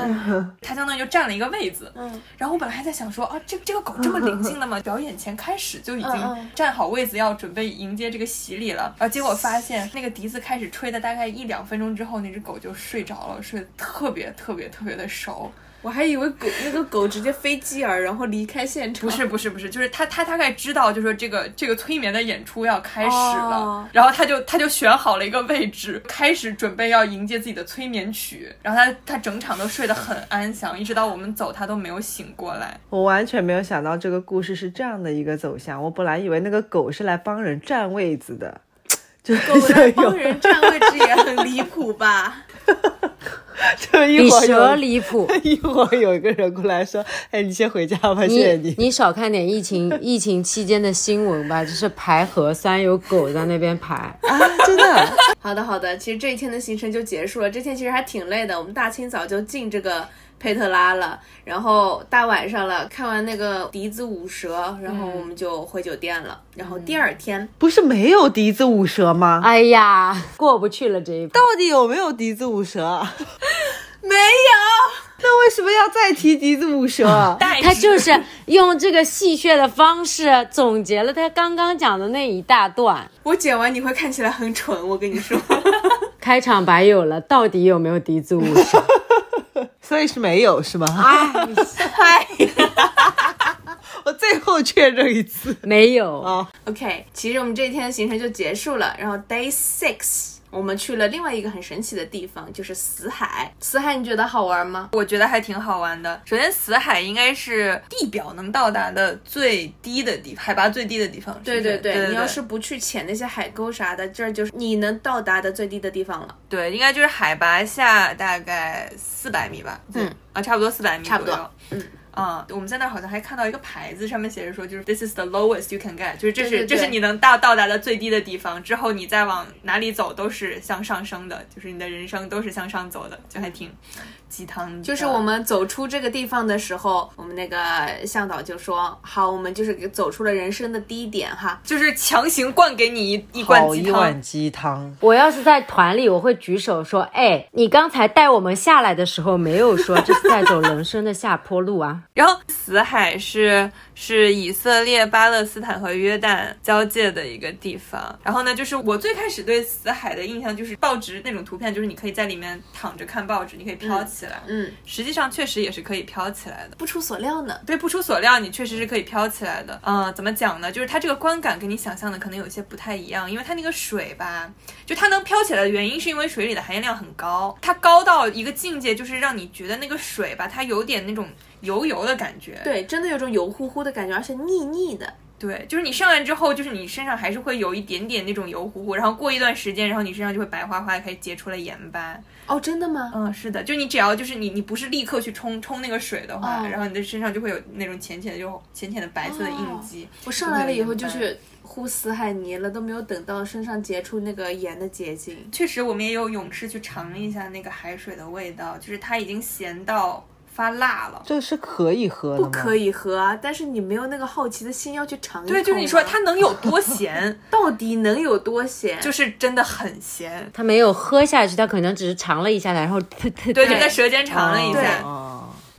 Speaker 6: 它相当于就占了一个位子。
Speaker 5: 嗯，
Speaker 6: 然后我本来还在想说啊，这这个狗这么灵性的吗？表演前开始就已
Speaker 5: 嗯
Speaker 6: 经
Speaker 5: 嗯
Speaker 6: 站好位子，要准备迎接这个洗礼了。啊，结果发现那个笛子开始吹的大概一两分钟之后，那只狗就睡着了，睡得特别特别特别的熟。
Speaker 5: 我还以为狗 那个狗直接飞机耳，然后离开现场。
Speaker 6: 不是不是不是，就是他他大概知道，就说这个这个催眠的演出要开始了，
Speaker 5: 哦
Speaker 6: 然后他就他就选好了一个位置，开始准备要迎接自己的催眠曲。然后他他整场都睡得很安详，一直到我们走，他都没有醒过来。
Speaker 4: 我完全没有想到这个故事是这样的一个走向。我本来以为那个狗是来帮人占位子 的，就
Speaker 5: 狗来
Speaker 4: 就有
Speaker 5: 帮人占位置也很离谱吧？
Speaker 4: 就一
Speaker 3: 比
Speaker 4: 会儿
Speaker 3: 蛇
Speaker 4: 有
Speaker 3: 离谱。
Speaker 4: 一会儿有一个人过来说：“哎，你先回家吧，谢谢
Speaker 3: 你
Speaker 4: 你。
Speaker 3: 你少看点疫情疫情期间的新闻吧，就是排核酸有狗在那边排，”
Speaker 4: 啊，真的，
Speaker 5: 好的，好的，其实这一天的行程就结束了。这天其实还挺累的，我们大清早就进这个佩特拉了，然后大晚上了，看完那个笛子舞蛇，然后我们就回酒店了。然后第二天，
Speaker 4: 不是没有笛子舞蛇吗？
Speaker 3: 哎呀，过不去了这一步。
Speaker 4: 到底有没有笛子舞 蛇？
Speaker 5: 没有，
Speaker 4: 那为什么要再提笛子舞蛇？
Speaker 6: 但
Speaker 3: 他就是用这个戏谑的方式总结了他刚刚讲的那一大段。
Speaker 5: 我剪完你会看起来很蠢，我跟你说。
Speaker 3: 开场白有了，到底有没有笛子舞手？
Speaker 4: 所以是没有 是吗？
Speaker 3: 哎，
Speaker 4: 我最后确认一 次。
Speaker 3: 没有。
Speaker 4: 哦
Speaker 5: OK，其实我们这一天的行程就结束了。然后 Day Six，我们去了另外一个很神奇的地方，就是死海。死海你觉得好玩吗？
Speaker 6: 我觉得还挺好玩的。首先，死海应该是地表能到达的最低的地，海拔最低的地方。是不
Speaker 5: 对
Speaker 6: 是
Speaker 5: 对
Speaker 6: 对
Speaker 5: 对，你要是不去潜那些海沟啥的，这儿就是你能到达的最低的地方了。
Speaker 6: 对，应该就是海拔下大概四百米吧。
Speaker 5: 嗯，
Speaker 6: 啊，差不多四百米
Speaker 5: 差不多
Speaker 6: 左右。嗯。啊、我们在那儿好像还看到一个牌子，上面写着说，就是 this is the lowest you can get，就是这是
Speaker 5: 对对对
Speaker 6: 这是你能到到达的最低的地方，之后你再往哪里走都是向上升的，就是你的人生都是向上走的，就还挺鸡汤的，
Speaker 5: 就是我们走出这个地方的时候，我们那个向导就说：“好，我们就是走出了人生的低点哈。
Speaker 6: 就是强行灌给你一一罐
Speaker 4: 好
Speaker 6: 鸡
Speaker 4: 一
Speaker 6: 汤
Speaker 4: 碗，鸡汤，
Speaker 3: 我要是在团里，我会举手说：“哎，你刚才带我们下来的时候没有说这是在走人生的下坡路啊
Speaker 6: 然后死海是是以色列、巴勒斯坦和约旦交界的一个地方。然后呢，就是我最开始对死海的印象就是报纸那种图片，就是你可以在里面躺着看报纸，你可以飘起来。”
Speaker 5: 嗯，
Speaker 6: 实际上确实也是可以飘起来的。
Speaker 5: 不出所料呢，
Speaker 6: 对，不出所料，你确实是可以飘起来的。嗯，怎么讲呢？就是它这个观感跟你想象的可能有些不太一样，因为它那个水吧，就它能飘起来的原因是因为水里的含盐量很高，它高到一个境界，就是让你觉得那个水吧，它有点那种油油的感觉。
Speaker 5: 对，真的有种油乎乎的感觉，而且腻腻的。
Speaker 6: 对，就是你上岸之后，就是你身上还是会有一点点那种油乎乎，然后过一段时间，然后你身上就会白花花，开始结出了盐斑。
Speaker 5: 哦，真的吗？
Speaker 6: 嗯，是的，就你只要就是你你不是立刻去冲冲那个水的话，
Speaker 5: 哦
Speaker 6: 然后你的身上就会有那种浅浅的就浅浅的白色的印记。
Speaker 5: 我上来了以后就
Speaker 6: 会有盐
Speaker 5: 去呼死海泥了，都没有等到身上结出那个盐的结晶
Speaker 6: 斑。。确实，我们也有勇士去尝一下那个海水的味道，就是它已经咸到发辣了。
Speaker 4: 这个是可以喝的
Speaker 5: 不
Speaker 4: 吗？
Speaker 5: 可以喝啊！但是你没有那个好奇的心要去尝一口啊。
Speaker 6: 对，就是你说它能有多咸，
Speaker 5: 到底能有多咸？
Speaker 6: 就是真的很咸！”。
Speaker 3: 他没有喝下去，他可能只是尝了一下，然后 噗噗。
Speaker 6: 对，就在舌尖尝了一
Speaker 5: 对
Speaker 6: 下，
Speaker 4: 哦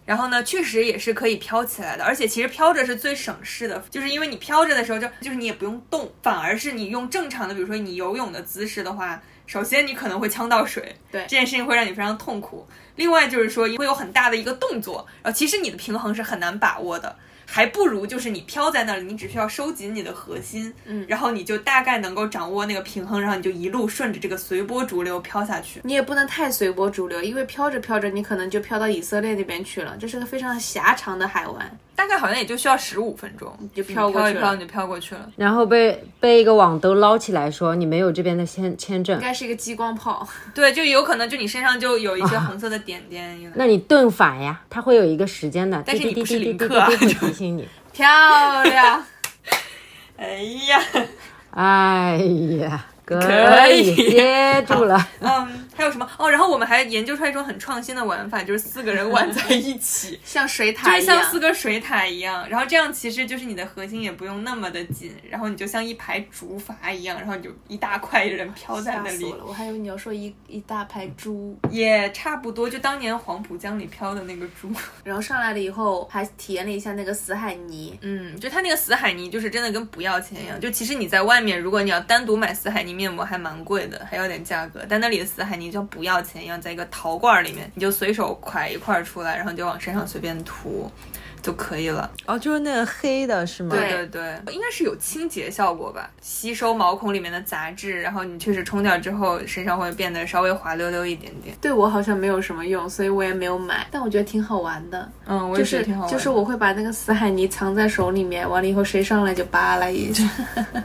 Speaker 6: 然后呢，确实也是可以飘起来的，而且其实飘着是最省事的，就是因为你飘着的时候就就是你也不用动，反而是你用正常的，比如说你游泳的姿势的话，首先你可能会呛到水，
Speaker 5: 对
Speaker 6: 这件事情会让你非常痛苦。另外就是说会有很大的一个动作，然后其实你的平衡是很难把握的。还不如就是你飘在那里，你只需要收紧你的核心，嗯，然后你就大概能够掌握那个平衡，然后你就一路顺着这个随波逐流飘下去。
Speaker 5: 你也不能太随波逐流，因为飘着飘着，你可能就飘到以色列那边去了。这是个非常狭长的海湾，
Speaker 6: 大概好像也就需要十五分钟，
Speaker 5: 就
Speaker 6: 你
Speaker 5: 飘过
Speaker 6: 一
Speaker 5: 去
Speaker 6: 飘
Speaker 5: 了
Speaker 6: 你就飘过去了。
Speaker 3: 然后被被一个网兜捞起来说：“你没有这边的签签证
Speaker 5: 应。该是一个激光炮。
Speaker 6: 对，就有可能就你身上就有一些红色的点点。”
Speaker 3: 那你顿返呀，他会有一个时间的，
Speaker 6: 但
Speaker 3: 滴
Speaker 6: 是
Speaker 3: 滴
Speaker 6: 你
Speaker 3: 滴
Speaker 6: 不是
Speaker 3: 滴滴
Speaker 6: 旅
Speaker 3: 滴
Speaker 6: 客啊
Speaker 3: 滴会
Speaker 6: 就
Speaker 3: 提醒 你。
Speaker 5: 漂亮，，
Speaker 6: 哎呀，
Speaker 3: 哎呀，
Speaker 6: 可以
Speaker 3: 接住了。
Speaker 6: 嗯，还有什么？哦，然后我们还研究出来一种很创新的玩法，就是四个人玩在一起
Speaker 5: 像水
Speaker 6: 就
Speaker 5: 塔
Speaker 6: 是
Speaker 5: 一样。
Speaker 6: 像四个水塔一样。然后这样其实就是你的核心也不用那么的紧，然后你就像一排竹筏一样，然后你就一大块人飘在
Speaker 5: 吓
Speaker 6: 那
Speaker 5: 死
Speaker 6: 里
Speaker 5: 我，了！我还以为你要说一一大排猪，
Speaker 6: 也差不多就当年黄浦江里飘的那个猪。
Speaker 5: 然后上来了以后还体验了一下那个死海泥，
Speaker 6: 嗯，就它那个死海泥，就是真的跟不要钱一样。就其实你在外面，如果你要单独买死海泥面膜，还蛮贵的，还有点价格。但那里的死海泥就像不要钱一样，在一个陶罐里面，你就随手㧟一块儿出来，然后你就往身上随便涂就可以了。
Speaker 4: 哦，就是那个黑的是吗？
Speaker 5: 对
Speaker 6: 对对，应该是有清洁效果吧，吸收毛孔里面的杂质，然后你确实冲掉之后，身上会变得稍微滑溜溜一点点。
Speaker 5: 对我好像没有什么用，所以我也没有买，但我觉得挺好玩的。
Speaker 6: 嗯，我
Speaker 5: 就
Speaker 6: 也觉
Speaker 5: 是
Speaker 6: 得挺好玩的。
Speaker 5: 就是我会把那个死海泥藏在手里面，完了以后谁上来就扒拉一 下。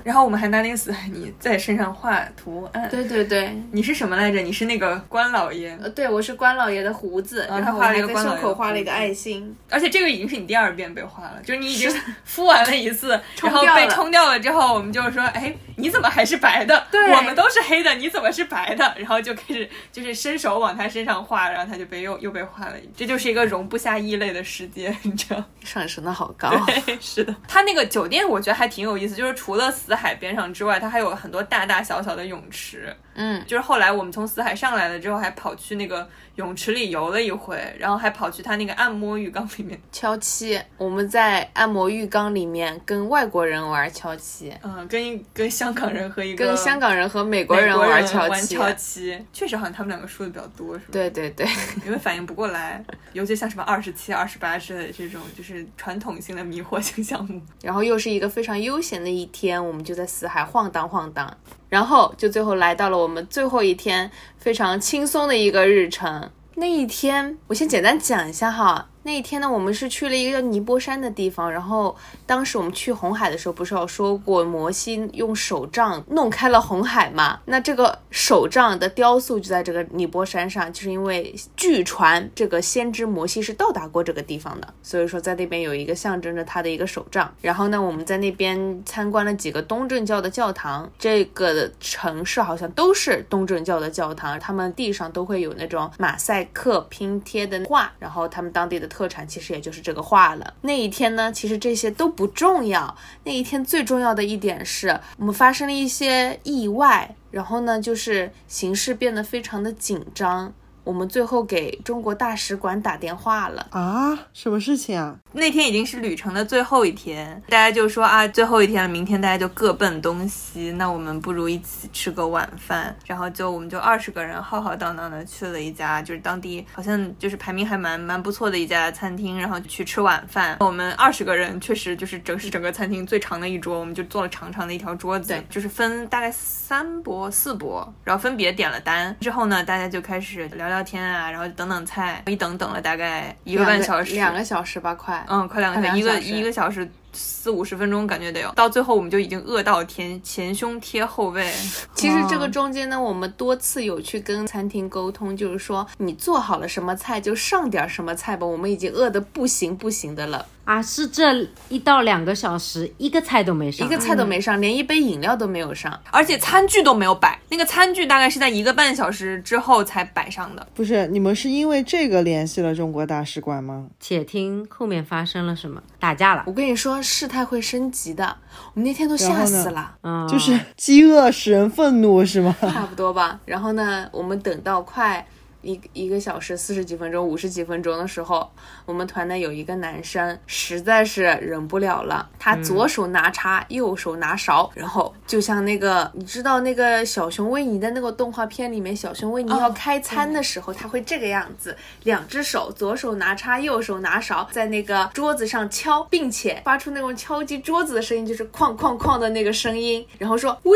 Speaker 6: 然后我们还拿那个死海泥在身上画图案。
Speaker 5: 对对对，
Speaker 6: 你是什么来着？你是那个关老爷。
Speaker 5: 呃，对我是关老爷的胡子，然
Speaker 6: 他
Speaker 5: 后我
Speaker 6: 画啊了
Speaker 5: 还
Speaker 6: 一个
Speaker 5: 在
Speaker 6: 关老
Speaker 5: 胸
Speaker 6: 爷
Speaker 5: 口
Speaker 6: 的
Speaker 5: 画了一
Speaker 6: 胡
Speaker 5: 个
Speaker 6: 子
Speaker 5: 爱 心，
Speaker 6: 而且这个已经是你第二遍被画了，就是你已经敷完了一次，
Speaker 5: 冲
Speaker 6: 然后
Speaker 5: 掉
Speaker 6: 被
Speaker 5: 了
Speaker 6: 冲掉了之后，我们就说，哎，你怎么还是白的？
Speaker 5: 对
Speaker 6: 我们都是黑的，你怎么是白的？然后就开始就是伸手往他身上画，然后他就被又又被画了一，这就是一个容不下异类的世界， 你知道。
Speaker 5: 上升的好高。啊
Speaker 6: 是的，它那个酒店我觉得还挺有意思，就是除了死海边上之外，它还有很多大大小小的泳池。
Speaker 5: 嗯，
Speaker 6: 就是后来我们从死海上来了之后，还跑去那个泳池里游了一回，然后还跑去它那个按摩浴缸里面。
Speaker 5: 敲七，我们在按摩浴缸里面跟外国人玩敲七，
Speaker 6: 嗯，跟一跟香港人和一个
Speaker 5: 跟香港人和美国
Speaker 6: 美
Speaker 5: 人
Speaker 6: 国人
Speaker 5: 玩
Speaker 6: 敲
Speaker 5: 敲七。
Speaker 6: 七，确实好像他们两个说的比较多，是吧？，
Speaker 5: 对对对，
Speaker 6: 因为反应不过来，尤其像什么二十七、二十八之类的这种，就是传统性的迷惑性项目。
Speaker 5: 然后又是一个非常悠闲的一天，我们就在死海晃荡晃荡，然后就最后来到了我们最后一天非常轻松的一个日程。那一天，我先简单讲一下哈，那一天呢，我们是去了一个叫尼泊山的地方，然后当时我们去红海的时候，不是有说过摩西用手杖弄开了红海嘛？那这个手杖的雕塑就在这个尼泊山上，就是因为据传这个先知摩西是到达过这个地方的，所以说在那边有一个象征着他的一个手杖。然后呢，我们在那边参观了几个东正教的教堂，这个城市好像都是东正教的教堂，他们地上都会有那种马赛克拼贴的画，然后他们当地的特产其实也就是这个画了。那一天呢，其实这些都不重要，那一天最重要的一点是我们发生了一些意外，然后呢，就是形势变得非常的紧张。我们最后给中国大使馆打电话了，
Speaker 4: 啊，什么事情啊？
Speaker 6: 那天已经是旅程的最后一天，大家就说啊，最后一天了，明天大家就各奔东西，那我们不如一起吃个晚饭。然后就我们就二十个人浩浩荡荡的去了一家，就是当地好像就是排名还蛮蛮不错的一家餐厅，然后去吃晚饭。我们二十个人确实就是整是整个餐厅最长的一桌，我们就坐了长长的一条桌子，就是分大概三波四波，然后分别点了单。之后呢，大家就开始聊聊天啊，然后等等菜，一等等了大概一
Speaker 5: 一
Speaker 6: 个半小时，
Speaker 5: 两个小时吧，快。
Speaker 6: 嗯，快两个
Speaker 5: 快
Speaker 6: 小时，一
Speaker 5: 两
Speaker 6: 个
Speaker 5: 个小时
Speaker 6: 一个小时四五十分钟，感觉得有。到最后我们就已经饿到前前胸贴后背，
Speaker 5: 其实这个中间呢，我们多次有去跟餐厅沟通，就是说你做好了什么菜就上点什么菜吧，我们已经饿得不行不行的了，
Speaker 3: 啊，是这一到两个小时一个菜都没
Speaker 6: 嗯
Speaker 3: 上，啊
Speaker 5: 一个菜都没上，连一杯饮料都没有上。
Speaker 6: 而且餐具都没有摆，那个餐具大概是在一个半小时之后才摆上的。
Speaker 4: 不是，你们是因为这个联系了中国大使馆吗？
Speaker 3: 且听后面发生了什么，打架了
Speaker 5: 我，跟你说，事态会升级的，我们那天都吓死
Speaker 4: 然后
Speaker 5: 了。
Speaker 3: 嗯，
Speaker 4: 就是饥饿使人愤怒是吗？
Speaker 5: 差不多吧。 然后呢，我们等到快一一个小时四十几分钟、五十几分钟的时候，我们团呢有一个男生实在是忍不了了，他左手拿叉，右手拿勺，然后就像那个你知道那个小熊维尼的那个动画片里面，小熊维尼要开餐的时候，他会这个样子，两只手左手拿叉，右手拿勺，在那个桌子上敲，并且发出那种敲击桌子的声音，就是哐哐哐的那个声音，然后说 We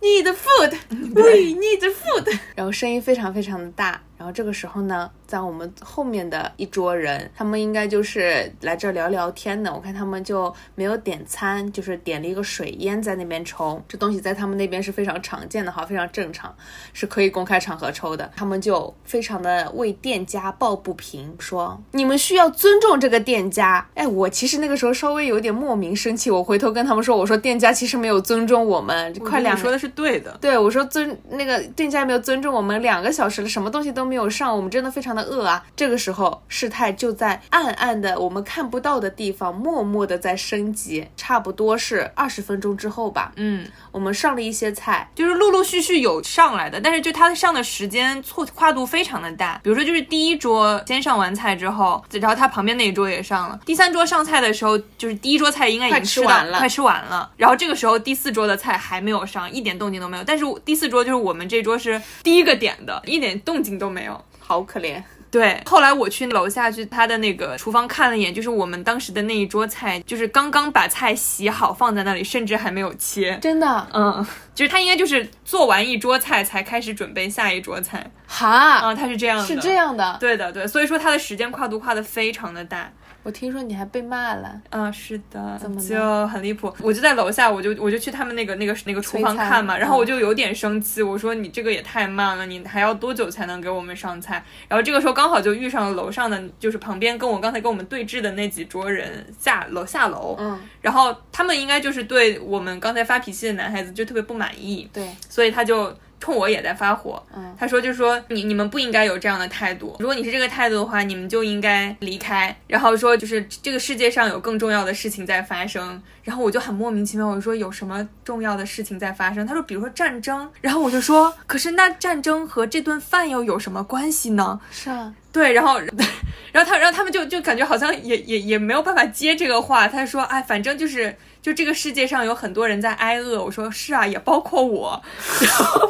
Speaker 5: need food, We need food，然 后声音非常非常的大。然后这个时候呢，在我们后面的一桌人，他们应该就是来这儿聊聊天的。我看他们就没有点餐，就是点了一个水烟在那边抽，这东西在他们那边是非常常见的哈，非常正常，是可以公开场合抽的。他们就非常的为店家抱不平，说你们需要尊重这个店家。哎，我其实那个时候稍微有点莫名生气，我回头跟他们说，我说店家其实没有尊重我们，快
Speaker 6: 我觉得
Speaker 5: 两
Speaker 6: 你说的是对的，
Speaker 5: 对，我说尊那个店家没有尊重我们两个小时了，什么东西都没有上，我们真的非常的饿啊。这个时候事态就在暗暗的我们看不到的地方，默默的在升级，差不多是二十分钟之后吧。
Speaker 6: 嗯，
Speaker 5: 我们上了一些菜，
Speaker 6: 就是陆陆续续有上来的，但是就它上的时间错跨度非常的大。比如说，就是第一桌先上完菜之后，然后他旁边那一桌也上了，第三桌上菜的时候，就是第一桌菜应该已经
Speaker 5: 快吃
Speaker 6: 吃到
Speaker 5: 完了
Speaker 6: 快吃完了，然后这个时候第四桌的菜还没有上，一点动静都没有。但是我第四桌就是我们这桌是第一个点的，一点动静都没有。
Speaker 5: 好可怜。
Speaker 6: 对，后来我去楼下去他的那个厨房看了一眼，就是我们当时的那一桌菜，就是刚刚把菜洗好放在那里，甚至还没有切。
Speaker 5: 真的
Speaker 6: 嗯，就是他应该就是做完一桌菜才开始准备下一桌菜
Speaker 5: 哈，
Speaker 6: 啊，他是这样的，
Speaker 5: 是这，样的。
Speaker 6: 对的，对，所以说他的时间跨度跨得非常的大。
Speaker 5: 我听说你还被骂 了，
Speaker 6: 啊，是的，
Speaker 5: 怎么了
Speaker 6: 就很离谱。我就在楼下，我就我就去他们那个那个那个厨房
Speaker 5: 催餐
Speaker 6: 看嘛，然后
Speaker 5: 嗯
Speaker 6: 我就有点生气，我说你这个也太慢了，你还要多久才能给我们上菜？然后这个时候刚好就遇上了楼上的，就是旁边跟我刚才跟我们对峙的那几桌人下楼下楼，
Speaker 5: 嗯，
Speaker 6: 然后他们应该就是对我们刚才发脾气的男孩子就特别不满意，
Speaker 5: 对，
Speaker 6: 所以他就冲我也在发火。
Speaker 5: 嗯
Speaker 6: 他说就说你你们不应该有这样的态度，如果你是这个态度的话，你们就应该离开。然后说就是这个世界上有更重要的事情在发生。然后我就很莫名其妙，我说有什么重要的事情在发生？他说比如说战争。然后我就说，可是那战争和这顿饭又有什么关系呢？
Speaker 5: 是啊，
Speaker 6: 对，然后， 然后他，然后他们就就感觉好像也也也没有办法接这个话。他说，哎，反正就是，就这个世界上有很多人在挨饿。我说是啊，也包括我。 然后，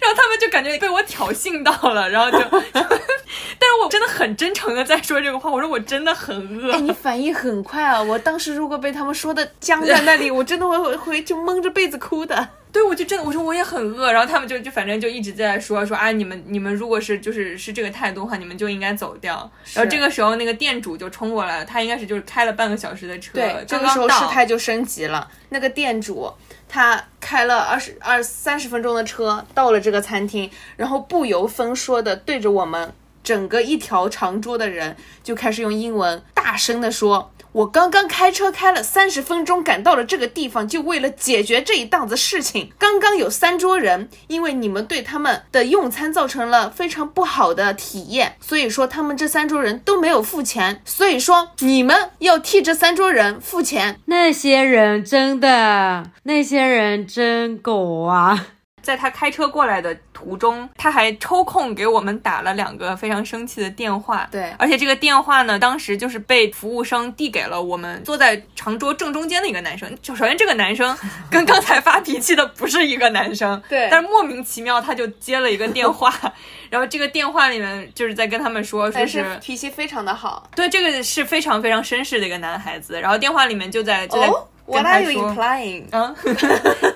Speaker 6: 然后他们就感觉被我挑衅到了，然后就，但是我真的很真诚的在说这个话，我说我真的很
Speaker 5: 哎，
Speaker 6: 饿。
Speaker 5: 你反应很快啊！我当时如果被他们说的僵在那 里，我真的会会会就蒙着被子哭的。
Speaker 6: 对，我就真的我说我也很饿，然后他们就就反正就一直在说说啊，你们你们如果是就是是这个态度的话，你们就应该走掉。然后这个时候那个店主就冲过来了，他应该是就是开了半个小时的车，
Speaker 5: 对，这
Speaker 6: 刚
Speaker 5: 个时
Speaker 6: 刚
Speaker 5: 候
Speaker 6: 到。
Speaker 5: 事态就升级了。那个店主他开了二十二三十分钟的车到了这个餐厅，然后不由分说的对着我们整个一条长桌的人就开始用英文大声的说：“我刚刚开车开了三十分钟赶到了这个地方，就为了解决这一档子事情。刚刚有三桌人，因为你们对他们的用餐造成了非常不好的体验，所以说他们这三桌人都没有付钱，所以说你们要替这三桌人付钱。
Speaker 3: 那些人真的，那些人真狗啊！
Speaker 6: 在他开车过来的途中，他还抽空给我们打了两个非常生气的电话。
Speaker 5: 对
Speaker 6: 而且这个电话呢，当时就是被服务生递给了我们坐在长桌正中间的一个男生。就首先，这个男生跟刚才发脾气的不是一个男生，
Speaker 5: 对
Speaker 6: 但是莫名其妙他就接了一个电 话，然后这个电话里面就是在跟他们说，说
Speaker 5: 但是脾气非常的好。
Speaker 6: 对这个是非常非常绅士的一个男孩子，然后电话里面就在就在
Speaker 5: 哦
Speaker 6: 跟
Speaker 5: ，What
Speaker 6: 他
Speaker 5: are you
Speaker 6: 说。
Speaker 5: implying？
Speaker 6: 嗯，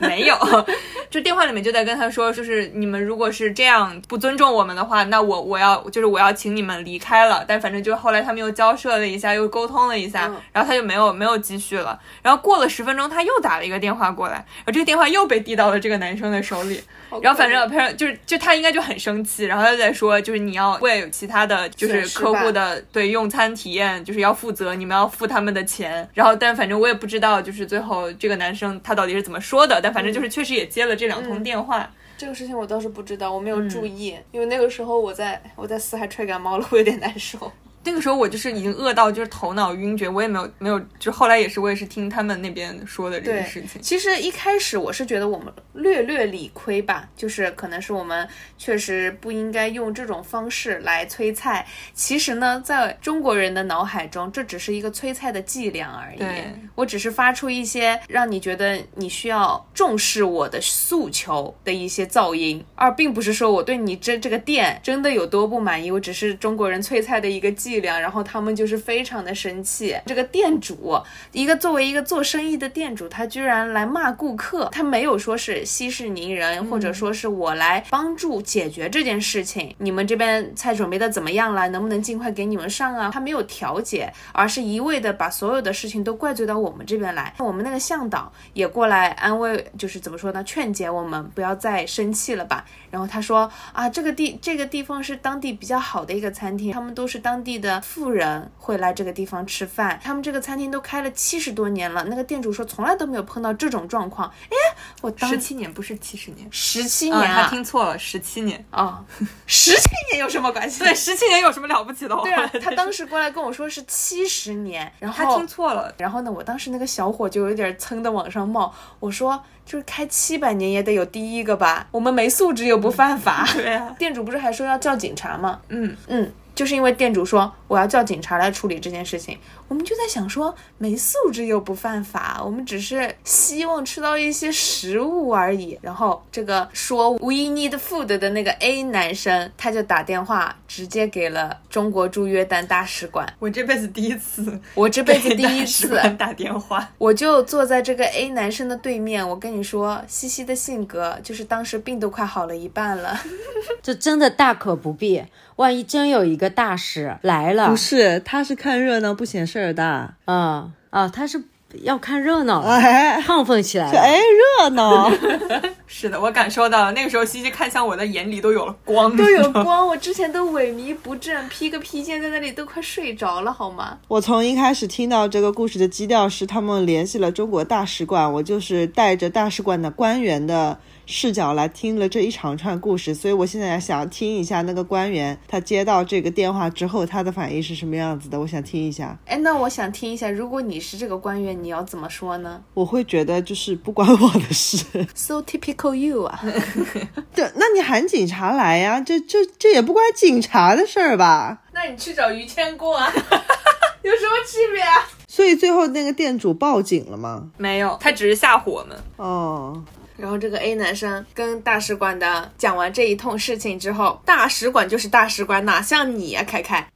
Speaker 6: 没有， 就电话里面就在跟他说，就是你们如果是这样不尊重我们的话，那我我要就是我要请你们离开了。但反正就后来他们又交涉了一下，又沟通了一下，
Speaker 5: 嗯
Speaker 6: 然后他就没有没有继续了。然后过了十分钟，他又打了一个电话过来，然后这个电话又被递到了这个男生的手里。然后反正 apparent 就是就他应该就很生气，然后他就在说，就是你要为其他的就
Speaker 5: 损
Speaker 6: 是
Speaker 5: 失
Speaker 6: 客
Speaker 5: 吧
Speaker 6: 户的对用餐体验就是要负责，你们要付他们的钱。然后但反正我也不知道，就是最后这个男生他到底是怎么说的，但反正就是确实也接了这两通电话。
Speaker 5: 这个事情我倒是不知道，我没有注意，因为那个时候我在我在四海吹感冒了，我有点难受。
Speaker 6: 那个时候我就是已经饿到就是头脑晕厥，我也没有没有，就后来也是我也是听他们那边说的这个
Speaker 5: 对
Speaker 6: 事情，。
Speaker 5: 其实一开始我是觉得我们略略理亏吧，就是可能是我们确实不应该用这种方式来催菜。其实呢，在中国人的脑海中，这只是一个催菜的伎俩而已
Speaker 6: 对。
Speaker 5: 我只是发出一些让你觉得你需要重视我的诉求的一些噪音，而并不是说我对你这这个店真的有多不满意。我只是中国人催菜的一个伎俩，然后他们就是非常的生气。这个店主一个作为一个做生意的店主，他居然来骂顾客，他没有说是息事宁人，或者说是我来帮助解决这件事情。你们这边菜准备的怎么样了？能不能尽快给你们上啊？他没有调解，而是一味的把所有的事情都怪罪到我们这边来。我们那个向导也过来安慰，就是怎么说呢，劝解我们不要再生气了吧。然后他说啊，这个地这个地方是当地比较好的一个餐厅，他们都是当地的富人会来这个地方吃饭，他们这个餐厅都开了七十多年了。那个店主说从来都没有碰到这种状况。哎，我当
Speaker 6: 十七年不是七十年，
Speaker 5: 十七
Speaker 6: 嗯，
Speaker 5: 年
Speaker 6: 他
Speaker 5: 啊，
Speaker 6: 听错了，十七年。
Speaker 5: 哦，十七年有什么关系？
Speaker 6: 对，十七年有什么了不起的？
Speaker 5: 对啊，他当
Speaker 6: 时
Speaker 5: 时过来跟我说是七十年，然后
Speaker 6: 他听错了，
Speaker 5: 然后呢，我当时那个小火就有点蹭的往上冒，我说就是开七百年也得有第一个吧，我们没素质又不犯法。
Speaker 6: 对啊，
Speaker 5: 店主不是还说要叫警察吗？
Speaker 6: 嗯
Speaker 5: 嗯，就是因为店主说我要叫警察来处理这件事情，我们就在想说没素质又不犯法，我们只是希望吃到一些食物而已。然后这个说 we need food 的那个 A 男生，他就打电话直接给了中国驻约旦大使馆。
Speaker 6: 我这辈子第一次，
Speaker 5: 我这辈 子第一次
Speaker 6: 打电话，
Speaker 5: 我就坐在这个 A 男生的对面，我跟你说，西西的性格就是当时病都快好了一半了。
Speaker 3: 这真的大可不必。万一真有一个大使来了
Speaker 4: 不，是，他是看热闹不嫌事儿大。
Speaker 3: 嗯啊，他是要看热闹了，
Speaker 4: 哎
Speaker 3: 亢奋起来了。
Speaker 4: 哎，热闹
Speaker 6: 是的，我感受到了。那个时候，西西看向我的眼里都有了光，都
Speaker 5: 都 有光，我之前都萎靡不振，披个披肩在那里都快睡着了，好吗？
Speaker 4: 我从一开始听到这个故事的基调是他们联系了中国大使馆，我就是带着大使馆的官员的视角来听了这一长串故事，所以我现在想听一下那个官员他接到这个电话之后他的反应是什么样子的，我想听一下。
Speaker 5: 哎，那我想听一下，如果你是这个官员，你要怎么说呢
Speaker 4: 我会觉得就是不关我的事。
Speaker 5: ？So typical you 啊！
Speaker 4: 对，那你喊警察来呀、这这这也不关警察的事儿吧？
Speaker 5: 那你去找于谦过啊， 有什么区别啊？
Speaker 4: 所以最后那个店主报警了吗？
Speaker 6: 没有，他只是吓唬我们。
Speaker 4: 哦，
Speaker 5: 然后这个 A 男生跟大使馆的讲完这一通事情之后，大使馆就是大使馆，哪像你呀、凯 凯？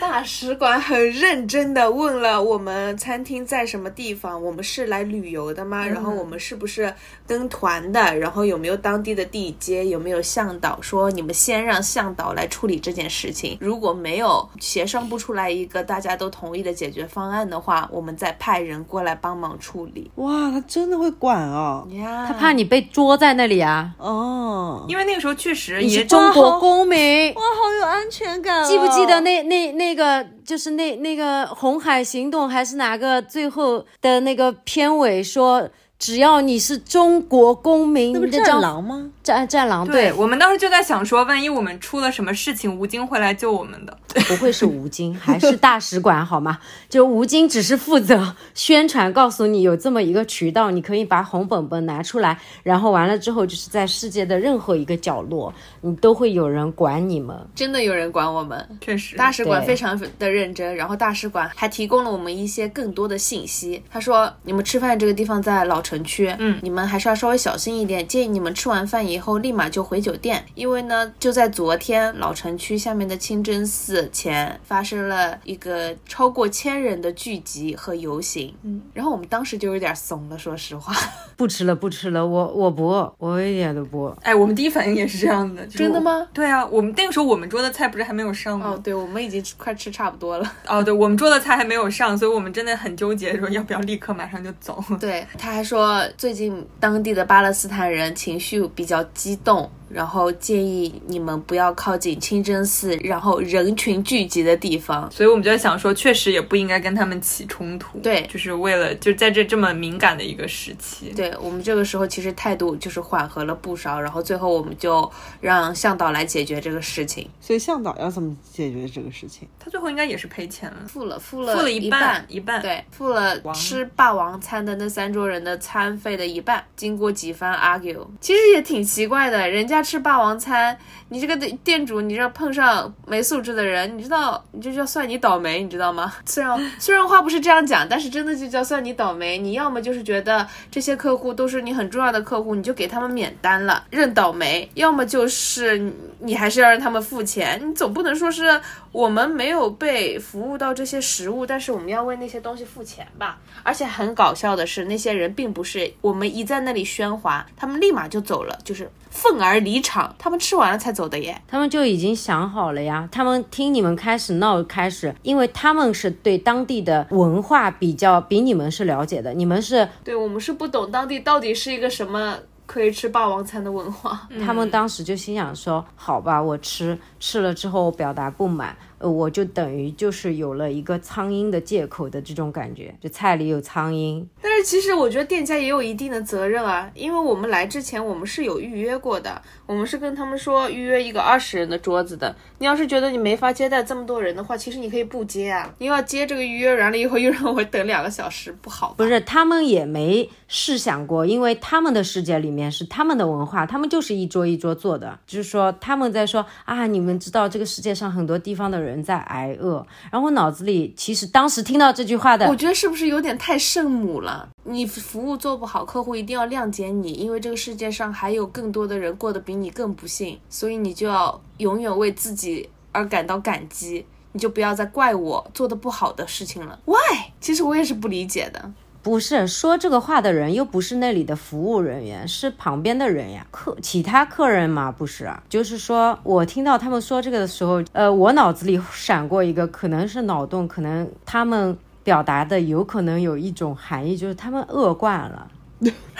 Speaker 5: 大使馆很认真的问了我们餐厅在什么地方，我们是来旅游的吗？然后我们是不是跟团的？然后有没有当地的地接？有没有向导？说你们先让向导来处理这件事情，如果没有协商不出来一个大家都同意的解决方案的话，我们再派人过来帮忙处理。
Speaker 4: 哇，他真的会管哦。
Speaker 5: 呀，
Speaker 3: 他怕你被捉在那里啊！
Speaker 5: 嗯
Speaker 4: 哦，
Speaker 6: 因为那个时候确实
Speaker 3: 你是
Speaker 6: 也
Speaker 3: 中国公民，
Speaker 4: 哇，好有安全感、哦。
Speaker 3: 记不记得那那那个就是那那个《红海行动》还是哪个最后的那个片尾说，只要你是中国公民，
Speaker 4: 那不
Speaker 3: 你
Speaker 4: 是
Speaker 3: 的
Speaker 4: 战
Speaker 3: 张
Speaker 4: 狼吗？
Speaker 3: 战战狼
Speaker 6: 对
Speaker 3: 对，
Speaker 6: 我们当时就在想说，万一我们出了什么事情，吴京会来救我们的。
Speaker 3: 不会是吴京，还是大使馆好吗？就吴京只是负责宣传，告诉你有这么一个渠道，你可以把红本本拿出来，然后完了之后就是在世界的任何一个角落，你都会有人管你们。
Speaker 5: 真的有人管我们。
Speaker 6: 确实，
Speaker 5: 大使馆
Speaker 3: 对
Speaker 5: 非常的认真，然后大使馆还提供了我们一些更多的信息。他说，你们吃饭这个地方在老城区，
Speaker 6: 嗯
Speaker 5: 你们还是要稍微小心一点，建议你们吃完饭以后立马就回酒店，因为呢，就在昨天老城区下面的清真寺前发生了一个超过千人的聚集和游行，嗯，然后我们当时就有点怂了，说实话，
Speaker 3: 不吃了，不吃了，我我不，我一点都不。
Speaker 6: 哎，我们第一反应也是这样的。就是
Speaker 5: 真的
Speaker 6: 我
Speaker 5: 吗？
Speaker 6: 对啊，我们那个时候我们桌的菜不是还没有上 吗？
Speaker 5: 哦，对，我们已经快吃差不多了。
Speaker 6: 哦，对，我们桌的菜还没有上，所以我们真的很纠结，说要不要立刻马上就走。
Speaker 5: 对，他还说最近当地的巴勒斯坦人情绪比较激动，然后建议你们不要靠近清真寺，然后人群聚集的地方。
Speaker 6: 所以我们就在想说，确实也不应该跟他们起冲突。
Speaker 5: 对
Speaker 6: 就是为了就在这这么敏感的一个时期。
Speaker 5: 对我们这个时候其实态度就是缓和了不少，然后最后我们就让向导来解决这个事情，
Speaker 4: 所以向导要怎么解决这个事情？
Speaker 6: 他最后应该也是赔钱了，
Speaker 5: 付了付了
Speaker 6: 付了
Speaker 5: 一
Speaker 6: 半，呃一半。，
Speaker 5: 对，付了吃霸王餐的那三桌人的餐费的一半。经过几番 argue，其实也挺奇怪的，人家吃霸王餐，你这个店店主，你这碰上没素质的人，你知道，你这叫算你倒霉，你知道吗？虽然虽然话不是这样讲，但是真的就叫算你倒霉。你要么就是觉得这些客户都是你很重要的客户，你就给他们免单了，认倒霉；要么就是你你还是要让他们付钱，你总不能说是我们没有被服务到这些食物，但是我们要为那些东西付钱吧。而且很搞笑的是，那些人并不是我们一在那里喧哗，他们立马就走了，就是愤而离场。他们吃完了才走的耶。
Speaker 3: 他们就已经想好了呀，他们听你们开始闹开始，因为他们是对当地的文化比较比你们是了解的，你们是
Speaker 5: 对我们是不懂当地到底是一个什么可以吃霸王餐的文化。
Speaker 3: 他们当时就心想说：“好吧，我吃吃了之后，我表达不满，呃，我就等于就是有了一个苍蝇的借口的这种感觉，就菜里有苍蝇。
Speaker 5: 但是其实我觉得店家也有一定的责任啊，因为我们来之前我们是有预约过的，我们是跟他们说预约一个二十人的桌子的。你要是觉得你没法接待这么多人的话，其实你可以不接啊。你要接这个预约，完了以后又让我等两个小时，不好吧？
Speaker 3: 不是，他们也没试想过，因为他们的世界里面是他们的文化，他们就是一桌一桌做的。就是说，他们在说啊，你们知道这个世界上很多地方的人在挨饿。然后我脑子里其实当时听到这句话的
Speaker 5: 我，觉得是不是有点太圣母了？你服务做不好，客户一定要谅解你，因为这个世界上还有更多的人过得比你更不幸，所以你就要永远为自己而感到感激。你就不要再怪我做的不好的事情了。Why？其 实我也是不理解的。
Speaker 3: 不是说这个话的人又不是那里的服务人员，是旁边的人呀，客其他客人嘛，不是、啊？就是说我听到他们说这个的时候，呃，我脑子里闪过一个，可能是脑洞，可能他们表达的有可能有一种含义，就是他们饿惯 了。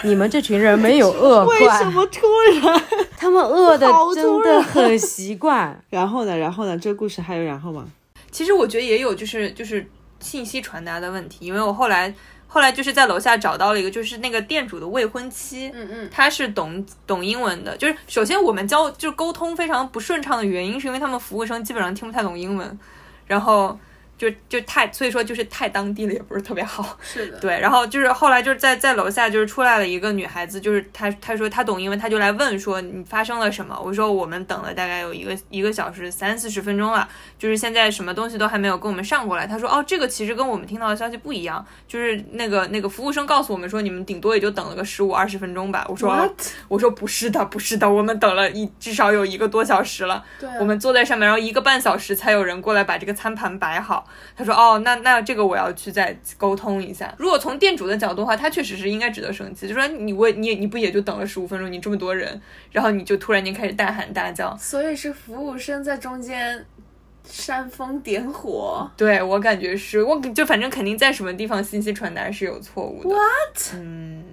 Speaker 3: 你们这群人没有饿
Speaker 4: 为什
Speaker 3: 惯，
Speaker 4: 么突然？
Speaker 3: 他们饿的
Speaker 4: 好突
Speaker 3: 真的
Speaker 4: 然
Speaker 3: 很习惯。
Speaker 4: 然后呢？然后呢？这故事还有然后吗？
Speaker 6: 其实我觉得也有就是就是信息传达的问题，因为我后来后来就是在楼下找到了一个，就是那个店主的未婚妻，嗯嗯，她是懂懂英文的，就是首先我们交就是沟通非常不顺畅的原因，是因为他们服务生基本上听不太懂英文，然后。就就太，所以说就是太当地了，也不是特别好。
Speaker 5: 是的，
Speaker 6: 对，然后就是后来就是在在楼下就是出来了一个女孩子，就是她她说她懂英文，她就来问说你发生了什么？我说我们等了大概有一个一个小时三四十分钟了，就是现在什么东西都还没有跟我们上过来。她说哦，这个其实跟我们听到的消息不一样，就是那个那个服务生告诉我们说你们顶多也就等了个十五二十分钟吧。我说哦我说不是的，不是的，我们等了一至少有一个多小时了。
Speaker 5: 对啊
Speaker 6: 我们坐在上面，然后一个半小时才有人过来把这个餐盘摆好。他说：“哦，那那这个我要去再沟通一下。”如果从店主的角度的话，他确实是应该值得生气，就说你我你你不也就等了十五分钟，你这么多人，然后你就突然间开始大喊大叫。
Speaker 5: 所以是服务生在中间煽风点火。
Speaker 6: 对我感觉是我就反正肯定在什么地方信息传达是有错误的。What？嗯，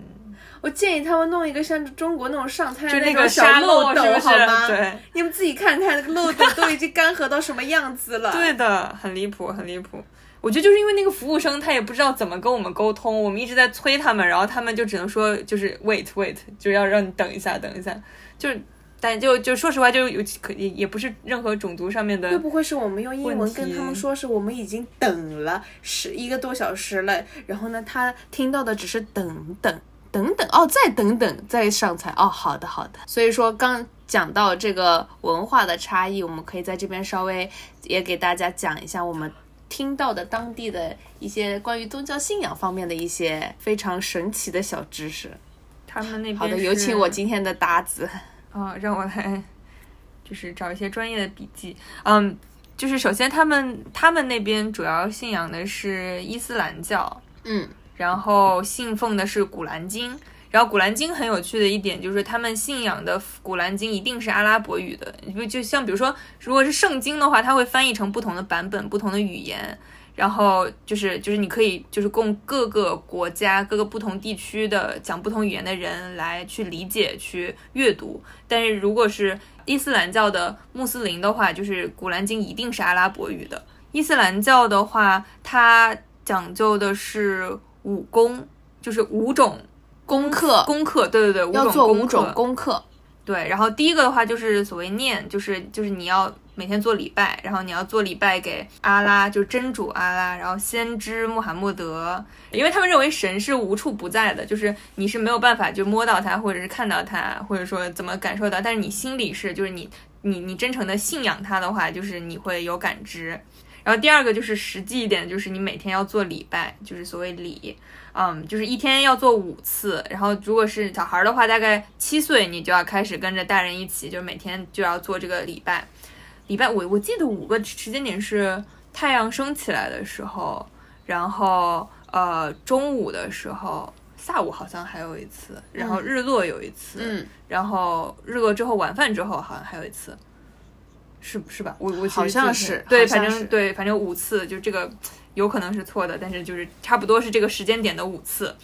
Speaker 5: 我建议他们弄一个像中国那种上摊
Speaker 6: 就
Speaker 5: 的
Speaker 6: 那
Speaker 5: 种
Speaker 6: 个
Speaker 5: 小
Speaker 6: 沙
Speaker 5: 漏
Speaker 6: 漏
Speaker 5: 斗
Speaker 6: 是不是
Speaker 5: 好吗？
Speaker 6: 对，
Speaker 5: 你们自己看看那个漏斗都已经干涸到什么样子 了。
Speaker 6: 对的，很离谱，很离谱。我觉得就是因为那个服务生他也不知道怎么跟我们沟通，我们一直在催他们，然后他们就只能说就是 wait wait，就要让你等一下，等一下，就是。但就就说实话，就有可也也不是任何种族上面的
Speaker 5: 会，不会是我们用英
Speaker 6: 问
Speaker 5: 文
Speaker 6: 题
Speaker 5: 跟他们说是我们已经等了十一个多小时了，然后呢，他听到的只是等等等等哦，再等等再上菜哦，好的好的。所以说刚讲到这个文化的差异，我们可以在这边稍微也给大家讲一下我们。听到的当地的一些关于宗教信仰方面的一些非常神奇的小知识。
Speaker 6: 他们那边
Speaker 5: 好的，
Speaker 6: 是
Speaker 5: 有请我今天的搭子。
Speaker 6: 啊、让我来，就是找一些专业的笔记。嗯，就是首先他们他们那边主要信仰的是伊斯兰教，
Speaker 5: 嗯，
Speaker 6: 然后信奉的是古兰经。然后古兰经很有趣的一点就是，他们信仰的古兰经一定是阿拉伯语的，就就像比如说，如果是圣经的话，它会翻译成不同的版本、不同的语言。然后就是就是你可以就是供各个国家、各个不同地区的讲不同语言的人来去理解、去阅读。但是如果是伊斯兰教的穆斯林的话，就是古兰经一定是阿拉伯语的。伊斯兰教的话，它讲究的是武功，就是五种
Speaker 5: 功课
Speaker 6: 功课，对对对，五
Speaker 5: 要
Speaker 6: 种
Speaker 5: 做
Speaker 6: 功
Speaker 5: 五
Speaker 6: 课
Speaker 5: 种功课。
Speaker 6: 对，然后第一个的话就是所谓念，就是就是你要每天做礼拜，然后你要做礼拜给阿拉，就是真主阿拉，然后先知穆罕默德，因为他们认为神是无处不在的，就是你是没有办法就摸到他，或者是看到他，或者说怎么感受到，但是你心里是，就是你你你真诚的信仰他的话，就是你会有感知。然后第二个就是实际一点，就是你每天要做礼拜，就是所谓礼，嗯，就是一天要做五次，然后如果是小孩儿的话，大概七岁你就要开始跟着大人一起，就是每天就要做这个礼拜。礼拜我我记得五个时间点是太阳升起来的时候，然后呃中午的时候，下午好像还有一次，然后日落有一次，
Speaker 5: 嗯，
Speaker 6: 然后日落之后晚饭之后好像还有一次，是是吧？我我其实
Speaker 5: 好像
Speaker 6: 记不
Speaker 5: 是
Speaker 6: 清
Speaker 5: 好
Speaker 6: 对，
Speaker 5: 像
Speaker 6: 反
Speaker 5: 是
Speaker 6: 正对，反正五次，就这个有可能是错的，但是就是差不多是这个时间点的五次。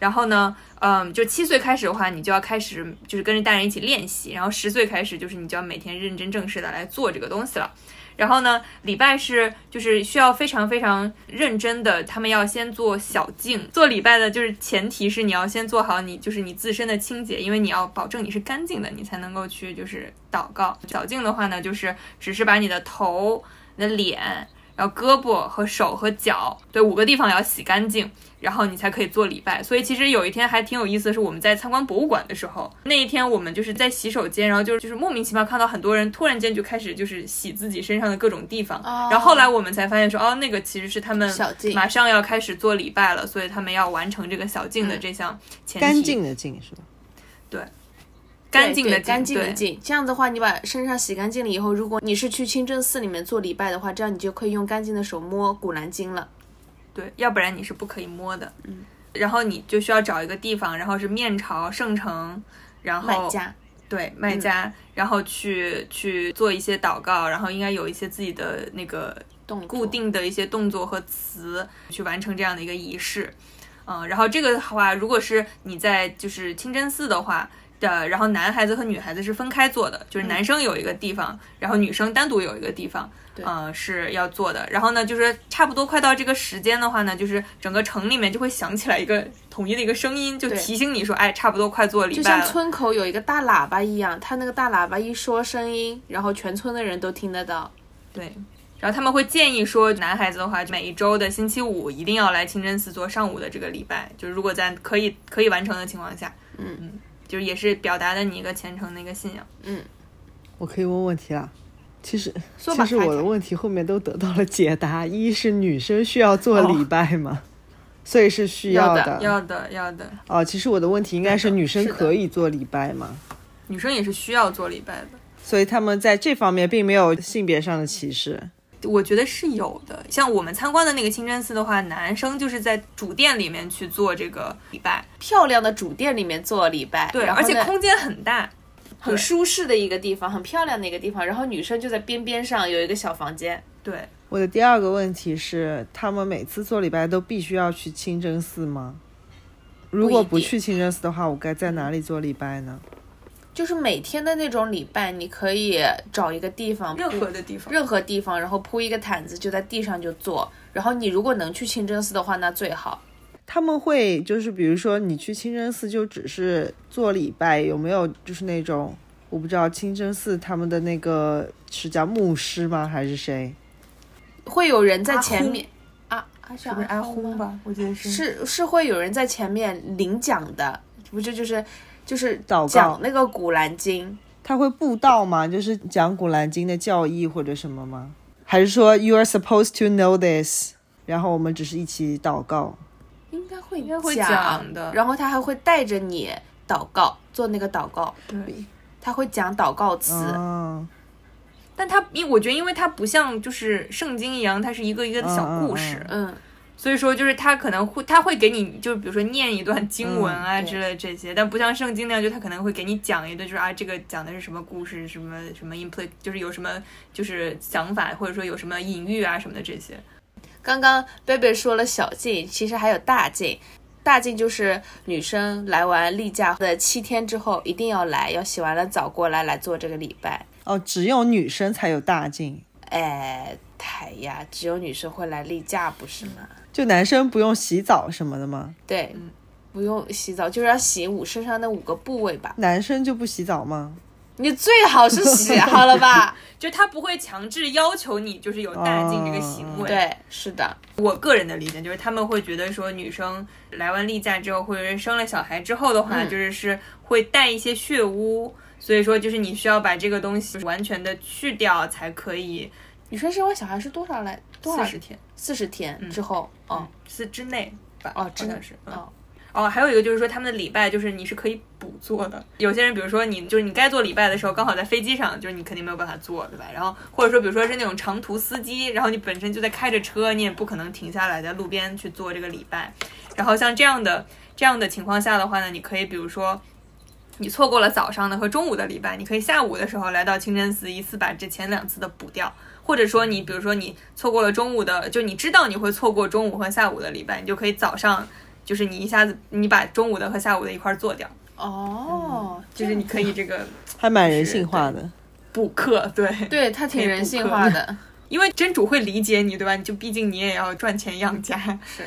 Speaker 6: 然后呢，嗯，就七岁开始的话，你就要开始就是跟着大人一起练习，然后十岁开始就是你就要每天认真正式的来做这个东西了。然后呢，礼拜是就是需要非常非常认真的，他们要先做小净。做礼拜的就是前提是你要先做好你就是你自身的清洁，因为你要保证你是干净的，你才能够去就是祷告。小净的话呢，就是只是把你的头、你的脸。然后胳膊和手和脚，对五个地方要洗干净，然后你才可以做礼拜。所以其实有一天还挺有意思的是，我们在参观博物馆的时候，那一天我们就是在洗手间，然后就是就是莫名其妙看到很多人突然间就开始就是洗自己身上的各种地方，
Speaker 5: 哦
Speaker 6: 然后后来我们才发现说，哦，那个其实是他们
Speaker 5: 小净
Speaker 6: 马上要开始做礼拜了，所以他们要完成这个小
Speaker 5: 嗯
Speaker 6: 净的这项前提，
Speaker 4: 干净的净是吧？
Speaker 6: 干净的
Speaker 5: 对干净的
Speaker 6: 对
Speaker 5: 净。这样的话，你把身上洗干净了以后，如果你是去清真寺里面做礼拜的话，这样你就可以用干净的手摸《古兰经》了。
Speaker 6: 对，要不然你是不可以摸的。嗯，然后你就需要找一个地方，然后是面朝圣城，然后
Speaker 5: 卖家，嗯
Speaker 6: 对卖家，然后去去做一些祷告，然后应该有一些自己的那个
Speaker 5: 动作
Speaker 6: 固定的一些动作和词去完成这样的一个仪式。嗯，然后这个的话，如果是你在就是清真寺的话。的，然后男孩子和女孩子是分开做的，
Speaker 5: 嗯
Speaker 6: 就是男生有一个地方，然后女生单独有一个地方，呃，是要做的。然后呢，就是差不多快到这个时间的话呢，就是整个城里面就会响起来一个统一的一个声音，就
Speaker 5: 对
Speaker 6: 提醒你说，哎，差不多快做礼
Speaker 5: 就
Speaker 6: 拜
Speaker 5: 像
Speaker 6: 了。
Speaker 5: 村口有一个大喇叭一样，他那个大喇叭一说声音，然后全村的人都听得到。
Speaker 6: 对，然后他们会建议说，男孩子的话，每一周的星期五一定要来清真寺做上午的这个礼拜，就是如果在可以可以完成的情况下，
Speaker 5: 嗯
Speaker 6: 嗯，就是也是表达的你一个虔诚的一个信仰。
Speaker 4: 我可以问问题了。其实，
Speaker 5: 说吧
Speaker 4: 其实我
Speaker 5: 凯
Speaker 4: 的
Speaker 5: 凯
Speaker 4: 问题后面都得到了解答。哦一是女生需要做礼拜吗？所以是需
Speaker 5: 要
Speaker 4: 要
Speaker 5: 的
Speaker 6: 要的，要的，
Speaker 4: 哦，其实我的问题应该是女生
Speaker 5: 是的
Speaker 4: 可以做礼拜吗？
Speaker 6: 女生也是需要做礼拜的。
Speaker 4: 所以他们在这方面并没有性别上的歧视。
Speaker 6: 我觉得是有的。像我们参观的那个清真寺的话，男生就是在主殿里面去做这个礼拜，
Speaker 5: 漂亮的主殿里面做礼拜，
Speaker 6: 对，
Speaker 5: 然后
Speaker 6: 而且
Speaker 5: 呢
Speaker 6: 空间很大，
Speaker 5: 很舒适的一个地方，很漂亮的一个地方。然后女生就在边边上有一个小房间，
Speaker 6: 对，
Speaker 4: 我的第二个问题是，他们每次做礼拜都必须要去清真寺吗？如果不
Speaker 5: 不一定
Speaker 4: 去清真寺的话，我该在哪里做礼拜呢？
Speaker 5: 就是每天的那种礼拜，你可以找一个地方，
Speaker 6: 任何的地方。
Speaker 5: 任何地方，然后铺一个毯子就在地上就坐。然后你如果能去清真寺的话，那最好。
Speaker 4: 他们会就是比如说你去清真寺就只是做礼拜，有没有就是那种我不知道清真寺他们的那个是叫牧师吗还是谁？
Speaker 5: 会有人在前面，啊啊是
Speaker 6: 是不是
Speaker 5: 阿
Speaker 6: 阿
Speaker 5: 訇
Speaker 6: 訇
Speaker 5: 吗？
Speaker 6: 吧？我觉得是。
Speaker 5: 是是会有人在前面领讲的，不就就是就是
Speaker 4: 祷告
Speaker 5: 讲那个古兰经，
Speaker 4: 他会布道吗？就是讲古兰经的教义或者什么吗？还是说 you are supposed to know this？然后我们只是一起祷告。
Speaker 5: 应该会应
Speaker 6: 该会讲的
Speaker 5: 然后他还会带着你祷告，做那个祷告，
Speaker 6: 对，
Speaker 5: 他会讲祷告词，
Speaker 6: 啊
Speaker 4: 嗯，
Speaker 6: 但它因我觉得，因为它不像就是圣经一样，它是一个一个的小故事，
Speaker 4: 嗯
Speaker 5: 嗯，
Speaker 6: 所以说就是它可能会，它会给你就是比如说念一段经文啊
Speaker 5: 嗯对
Speaker 6: 之类这些，但不像圣经那样，就它可能会给你讲一段，就是啊这个讲的是什么故事，什么什么 imply，就是有什么就是想法，或者说有什么隐喻啊什么的这些。
Speaker 5: 刚刚贝贝说了小禁，其实还有大禁。大禁就是女生来完例假的七天之后一定要来，要洗完了澡过来来做这个礼拜。
Speaker 4: 哦，只有女生才有大禁，
Speaker 5: 哎，太呀，只有女生会来例假，不是吗？
Speaker 6: 嗯
Speaker 4: 就男生不用洗澡什么的吗？
Speaker 5: 对，不用洗澡，就是要洗五身上那五个部位吧。
Speaker 4: 男生就不洗澡吗？
Speaker 5: 你最好是洗好了 吧？
Speaker 6: 就他不会强制要求你就是有大进这个行为。
Speaker 5: 哦对，是的，
Speaker 6: 我个人的理解就是，他们会觉得说，女生来完例假之后，或者是生了小孩之后的话，
Speaker 5: 嗯
Speaker 6: 就是是会带一些血污，所以说就是你需要把这个东西完全的去掉才可以
Speaker 5: 女生生完小孩是多少来？多少
Speaker 6: 四十天
Speaker 5: 四十天之后，哦
Speaker 6: 是之内吧？
Speaker 5: 哦，真
Speaker 6: 好
Speaker 5: 的
Speaker 6: 像是。嗯
Speaker 5: 哦，
Speaker 6: 哦，还有一个就是说，他们的礼拜就是你是可以补做的。有些人，比如说你就是你该做礼拜的时候，刚好在飞机上，就是你肯定没有办法做，对吧？然后或者说，比如说是那种长途司机，然后你本身就在开着车，你也不可能停下来在路边去做这个礼拜。然后像这样的这样的情况下的话呢，你可以比如说。你错过了早上的和中午的礼拜，你可以下午的时候来到清真寺，一次把之前两次的补掉。或者说你比如说你错过了中午的，就你知道你会错过中午和下午的礼拜，你就可以早上，就是你一下子你把中午的和下午的一块儿做掉，
Speaker 5: 哦，
Speaker 6: 嗯就是你可以这个
Speaker 4: 还蛮人性化的。
Speaker 6: 补课，对
Speaker 5: 对他挺人性化的。
Speaker 6: 因为真主会理解你，对吧？你就毕竟你也要赚钱养家。
Speaker 5: 是，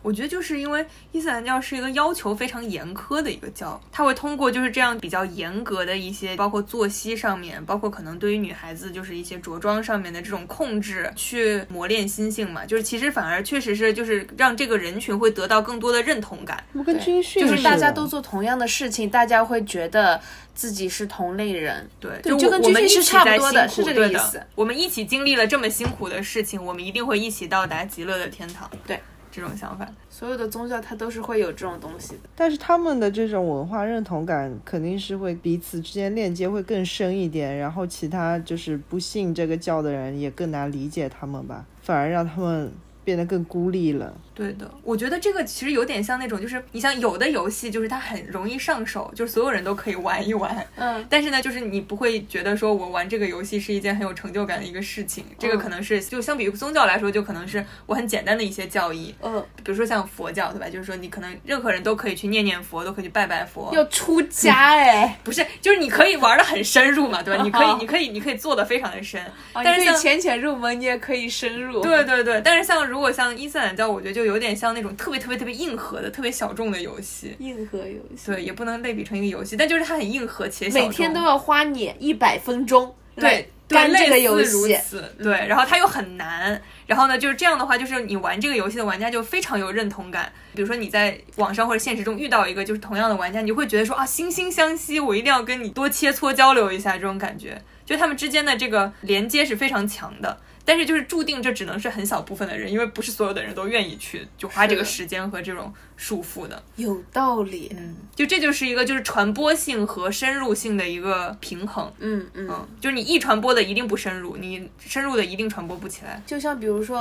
Speaker 6: 我觉得就是因为伊斯兰教是一个要求非常严苛的一个教，它会通过就是这样比较严格的一些，包括作息上面，包括可能对于女孩子就是一些着装上面的这种控制，去磨练心性嘛。就是其实反而确实是就是让这个人群会得到更多的认同感。
Speaker 4: 那么跟
Speaker 5: 对
Speaker 4: 军训
Speaker 5: 就是
Speaker 4: 似
Speaker 5: 大家
Speaker 4: 的
Speaker 5: 都做同样的事情，大家会觉得自己是同类人。
Speaker 6: 对，
Speaker 5: 对
Speaker 6: 就
Speaker 5: 就
Speaker 6: 我
Speaker 5: 跟
Speaker 6: 我们
Speaker 5: 军
Speaker 6: 一
Speaker 5: 训
Speaker 6: 起
Speaker 5: 是差不
Speaker 6: 在
Speaker 5: 多
Speaker 6: 辛
Speaker 5: 的
Speaker 6: 苦，
Speaker 5: 是这个
Speaker 6: 对
Speaker 5: 意
Speaker 6: 的
Speaker 5: 思。
Speaker 6: 我们一起经历了这么辛苦的事情，我们一定会一起到达极乐的天堂。
Speaker 5: 对，
Speaker 6: 这种想法。
Speaker 5: 所有的宗教它都是会有这种东西的。
Speaker 4: 但是他们的这种文化认同感肯定是会彼此之间链接会更深一点，然后其他就是不信这个教的人也更难理解他们吧，反而让他们变得更孤立了。
Speaker 6: 对的，我觉得这个其实有点像那种，就是你像有的游戏，就是它很容易上手，就是所有人都可以玩一玩。
Speaker 5: 嗯，
Speaker 6: 但是呢，就是你不会觉得说我玩这个游戏是一件很有成就感的一个事情。这个可能是就相比于宗教来说，就可能是我很简单的一些教义，呃
Speaker 5: 嗯，
Speaker 6: 比如说像佛教，对吧？就是说你可能任何人都可以去念念佛，都可以去拜拜佛。
Speaker 5: 要出家哎，
Speaker 6: 不是，就是你可以玩的很深入嘛，对吧？你可以，你可以，你可以做的非常的深。但
Speaker 5: 但
Speaker 6: 是
Speaker 5: 是
Speaker 6: 像
Speaker 5: 浅浅入门，你也可以深入。
Speaker 6: 对对对，但是像如果像伊斯兰教，我觉得就有点像那种特别特别特别硬核的、特别小众的游戏。
Speaker 5: 硬核游戏，
Speaker 6: 对，也不能类比成一个游戏，但就是它很硬核且小众
Speaker 5: 每天都要花你一百分钟
Speaker 6: 对。哎对
Speaker 7: 干这个游
Speaker 6: 类似如
Speaker 7: 戏嗯
Speaker 6: 此对，然后它又很难，然后呢，就是这样的话，就是你玩这个游戏的玩家就非常有认同感。比如说你在网上或者现实中遇到一个就是同样的玩家，你就会觉得说啊，惺惺相惜，我一定要跟你多切磋交流一下，这种感觉，就他们之间的这个连接是非常强的。但是就是注定这只能是很小部分的人，因为不是所有的人都愿意去就花这个时间和这种束缚的。
Speaker 5: 有道理。
Speaker 6: 就这就是一个就是传播性和深入性的一个平衡。
Speaker 5: 嗯嗯
Speaker 6: 嗯，就是你一传播的一定不深入，你深入的一定传播不起来。
Speaker 5: 就像比如说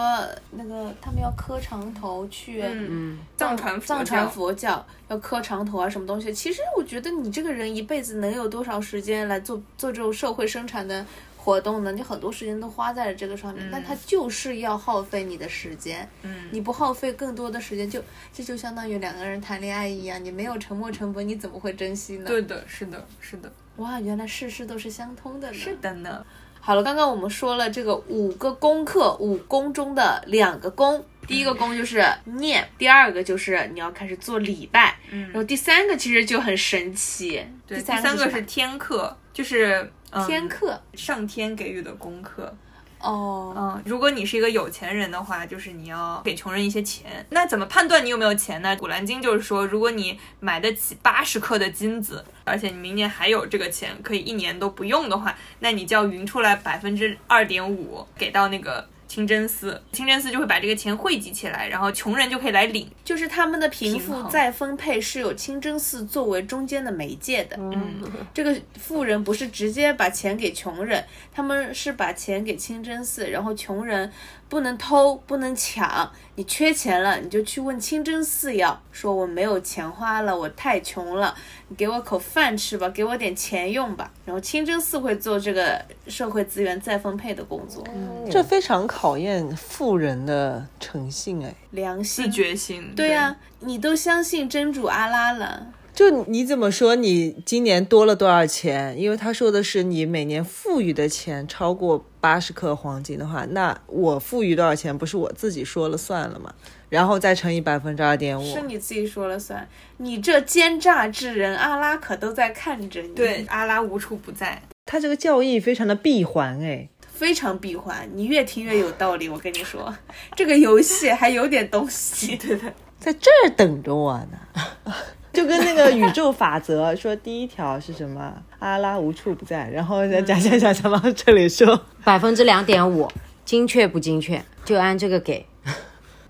Speaker 5: 那个他们要磕长头去。
Speaker 6: 嗯，藏传佛
Speaker 5: 藏传
Speaker 6: 教
Speaker 5: 佛教要磕长头啊，什么东西？其实我觉得你这个人一辈子能有多少时间来做做这种社会生产的活动呢？你很多时间都花在了这个上面，
Speaker 6: 嗯
Speaker 5: 但它就是要耗费你的时间。嗯，你不耗费更多的时间，就这就相当于两个人谈恋爱一样，你没有沉没成本，你怎么会珍惜呢？
Speaker 6: 对的，是的，是的，
Speaker 5: 哇，原来事事都是相通的呢。
Speaker 6: 是的呢。
Speaker 5: 好了，刚刚我们说了这个五个功课，武功中的两个功，第一个功就是念，第二个就是你要开始做礼拜，嗯，然后第三个其实就很神奇，
Speaker 6: 对，第
Speaker 5: 三
Speaker 6: 个
Speaker 5: 是
Speaker 6: 是天课，就是、嗯、
Speaker 5: 天课、
Speaker 6: 上天给予的功课。
Speaker 5: 哦，
Speaker 6: 嗯，如果你是一个有钱人的话，就是你要给穷人一些钱。那怎么判断你有没有钱呢？《古兰经》就是说，如果你买得起八十克的金子，而且你明年还有这个钱，可以一年都不用的话，那你就要匀出来百分之二点五给到那个清真寺，清真寺就会把这个钱汇集起来，然后穷人就可以来领。
Speaker 5: 就是他们的贫富
Speaker 6: 衡
Speaker 5: 再分配是有清真寺作为中间的媒介的，嗯，这个富人不是直接把钱给穷人，他们是把钱给清真寺，然后穷人不能偷，不能抢，你缺钱了你就去问清真寺要，说我没有钱花了，我太穷了，你给我口饭吃吧，给我点钱用吧，然后清真寺会做这个社会资源再分配的工作，
Speaker 2: 这非常考验富人的诚信哎。
Speaker 5: 良
Speaker 6: 自
Speaker 5: 心。
Speaker 6: 觉性，
Speaker 5: 对呀、你都相信真主阿拉了。
Speaker 2: 就你怎么说，你今年多了多少钱？因为他说的是你每年富裕的钱超过八十克黄金的话，那我富裕多少钱不是我自己说了算了吗？然后再乘以百分之二点五
Speaker 5: 是，你自己说了算，你这奸诈之人，阿拉可都在看着你。
Speaker 6: 对，，阿拉无处不在。
Speaker 2: 他这个教义非常的闭环哎。
Speaker 5: 非常闭环，你越听越有道理。我跟你说，这个游戏还有点东 西。对的，
Speaker 2: 在这儿等着我呢。 就跟那个宇宙法则说，第一条是什么？阿拉无处不在，然后再讲讲讲讲到这里说，
Speaker 3: 百分之两点五， 精确不精确，就按这个 给。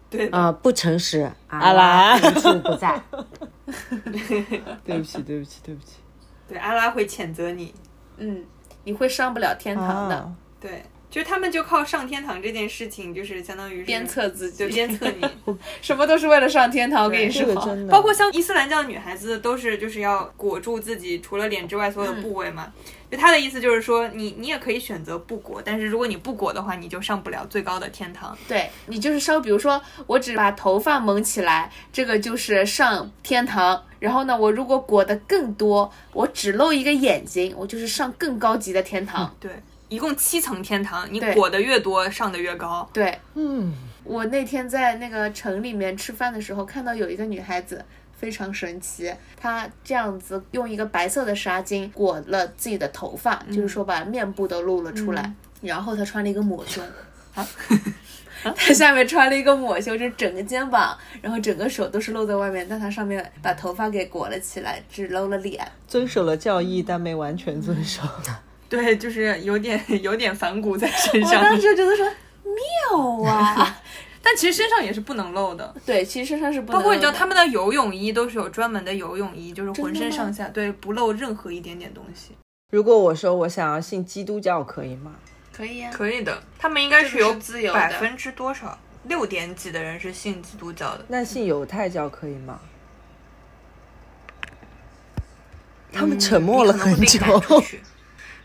Speaker 6: 对的
Speaker 3: 呃，不诚实，阿
Speaker 2: 阿拉
Speaker 3: 无处不在。
Speaker 2: 对不起，对不起，对不起。
Speaker 6: 对，阿拉会谴责你。
Speaker 5: 嗯，你会上不了天堂的，
Speaker 2: 啊，
Speaker 6: 对，就是他们就靠上天堂这件事情，就是相当于是
Speaker 5: 鞭策自
Speaker 6: 就
Speaker 5: 己，
Speaker 6: 鞭策你。
Speaker 5: 什么都是为了上天堂。我跟你
Speaker 2: 这个
Speaker 5: 说，
Speaker 2: 真的，
Speaker 6: 包括像伊斯兰教的女孩子都是就是要裹住自己除了脸之外所有的部位嘛。就她的意思就是说，你你也可以选择不裹，但是如果你不裹的话，你就上不了最高的天堂。
Speaker 5: 对你就是稍，比如说我只把头发蒙起来，这个就是上天堂。然后呢，我如果裹得更多，我只露一个眼睛，我就是上更高级的天
Speaker 2: 嗯
Speaker 5: 堂。
Speaker 6: 对，一共七层天堂，你
Speaker 5: 对
Speaker 6: 裹得越多，上得越高。
Speaker 5: 对，
Speaker 2: 嗯，
Speaker 5: 我那天在那个城里面吃饭的时候，看到有一个女孩子。非常神奇，她这样子用一个白色的纱巾裹了自己的头发，
Speaker 6: 嗯
Speaker 5: 就是说把面部都露了出来。然后她穿了一个抹胸， 她下面穿了一个抹胸，就整个肩膀，然后整个手都是露在外面，但她上面把头发给裹了起来，只露了脸。
Speaker 2: 遵守了教义，但没完全遵守。
Speaker 6: 对，就是有点有点反骨在身
Speaker 5: 我
Speaker 6: 上，
Speaker 5: 当时觉得说妙 啊，
Speaker 6: 哦但其实身上也是不能露的。
Speaker 5: 对，其实身上是不能
Speaker 6: 包括你知道
Speaker 5: 露的
Speaker 6: 他们的游泳衣都是有专门的游泳衣，就是浑
Speaker 5: 真的吗
Speaker 6: 身上下对不露任何一点点东西。
Speaker 2: 如果我说我想要信基督教，可以吗？
Speaker 5: 可以呀、
Speaker 6: 可以的，他们应该
Speaker 5: 这
Speaker 6: 是
Speaker 5: 个
Speaker 6: 有
Speaker 5: 是自由的
Speaker 6: 百分之多少六点几的人是信基督教的。
Speaker 2: 那信犹太教可以吗？他们沉默了很久
Speaker 6: 你可能会被赶出去。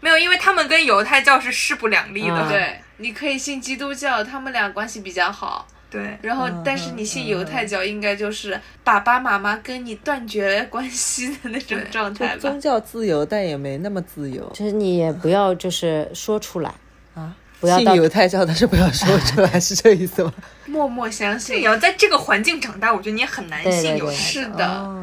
Speaker 6: 没有，因为他们跟犹太教是势不两立的。
Speaker 3: 啊
Speaker 2: 嗯
Speaker 5: 对，你可以信基督教，他们俩关系比较好。
Speaker 6: 对
Speaker 5: 然后，但
Speaker 6: 嗯
Speaker 5: 是你信犹太教，应该就是爸爸妈妈跟你断绝关系的那种状
Speaker 2: 就
Speaker 5: 态吧
Speaker 2: 宗。教自由，但也没那么自由。
Speaker 3: 就是你也不要就是说出来
Speaker 2: 啊，
Speaker 3: 不要
Speaker 2: 信
Speaker 3: 到
Speaker 2: 犹太教，但是不要说出来，是这意思吗？
Speaker 5: 默默相
Speaker 6: 你
Speaker 5: 信，
Speaker 6: 要在这个环境长大，我觉得你也很难
Speaker 3: 对对
Speaker 6: 信
Speaker 3: 对
Speaker 6: 犹太教。
Speaker 5: 是的，
Speaker 2: 哦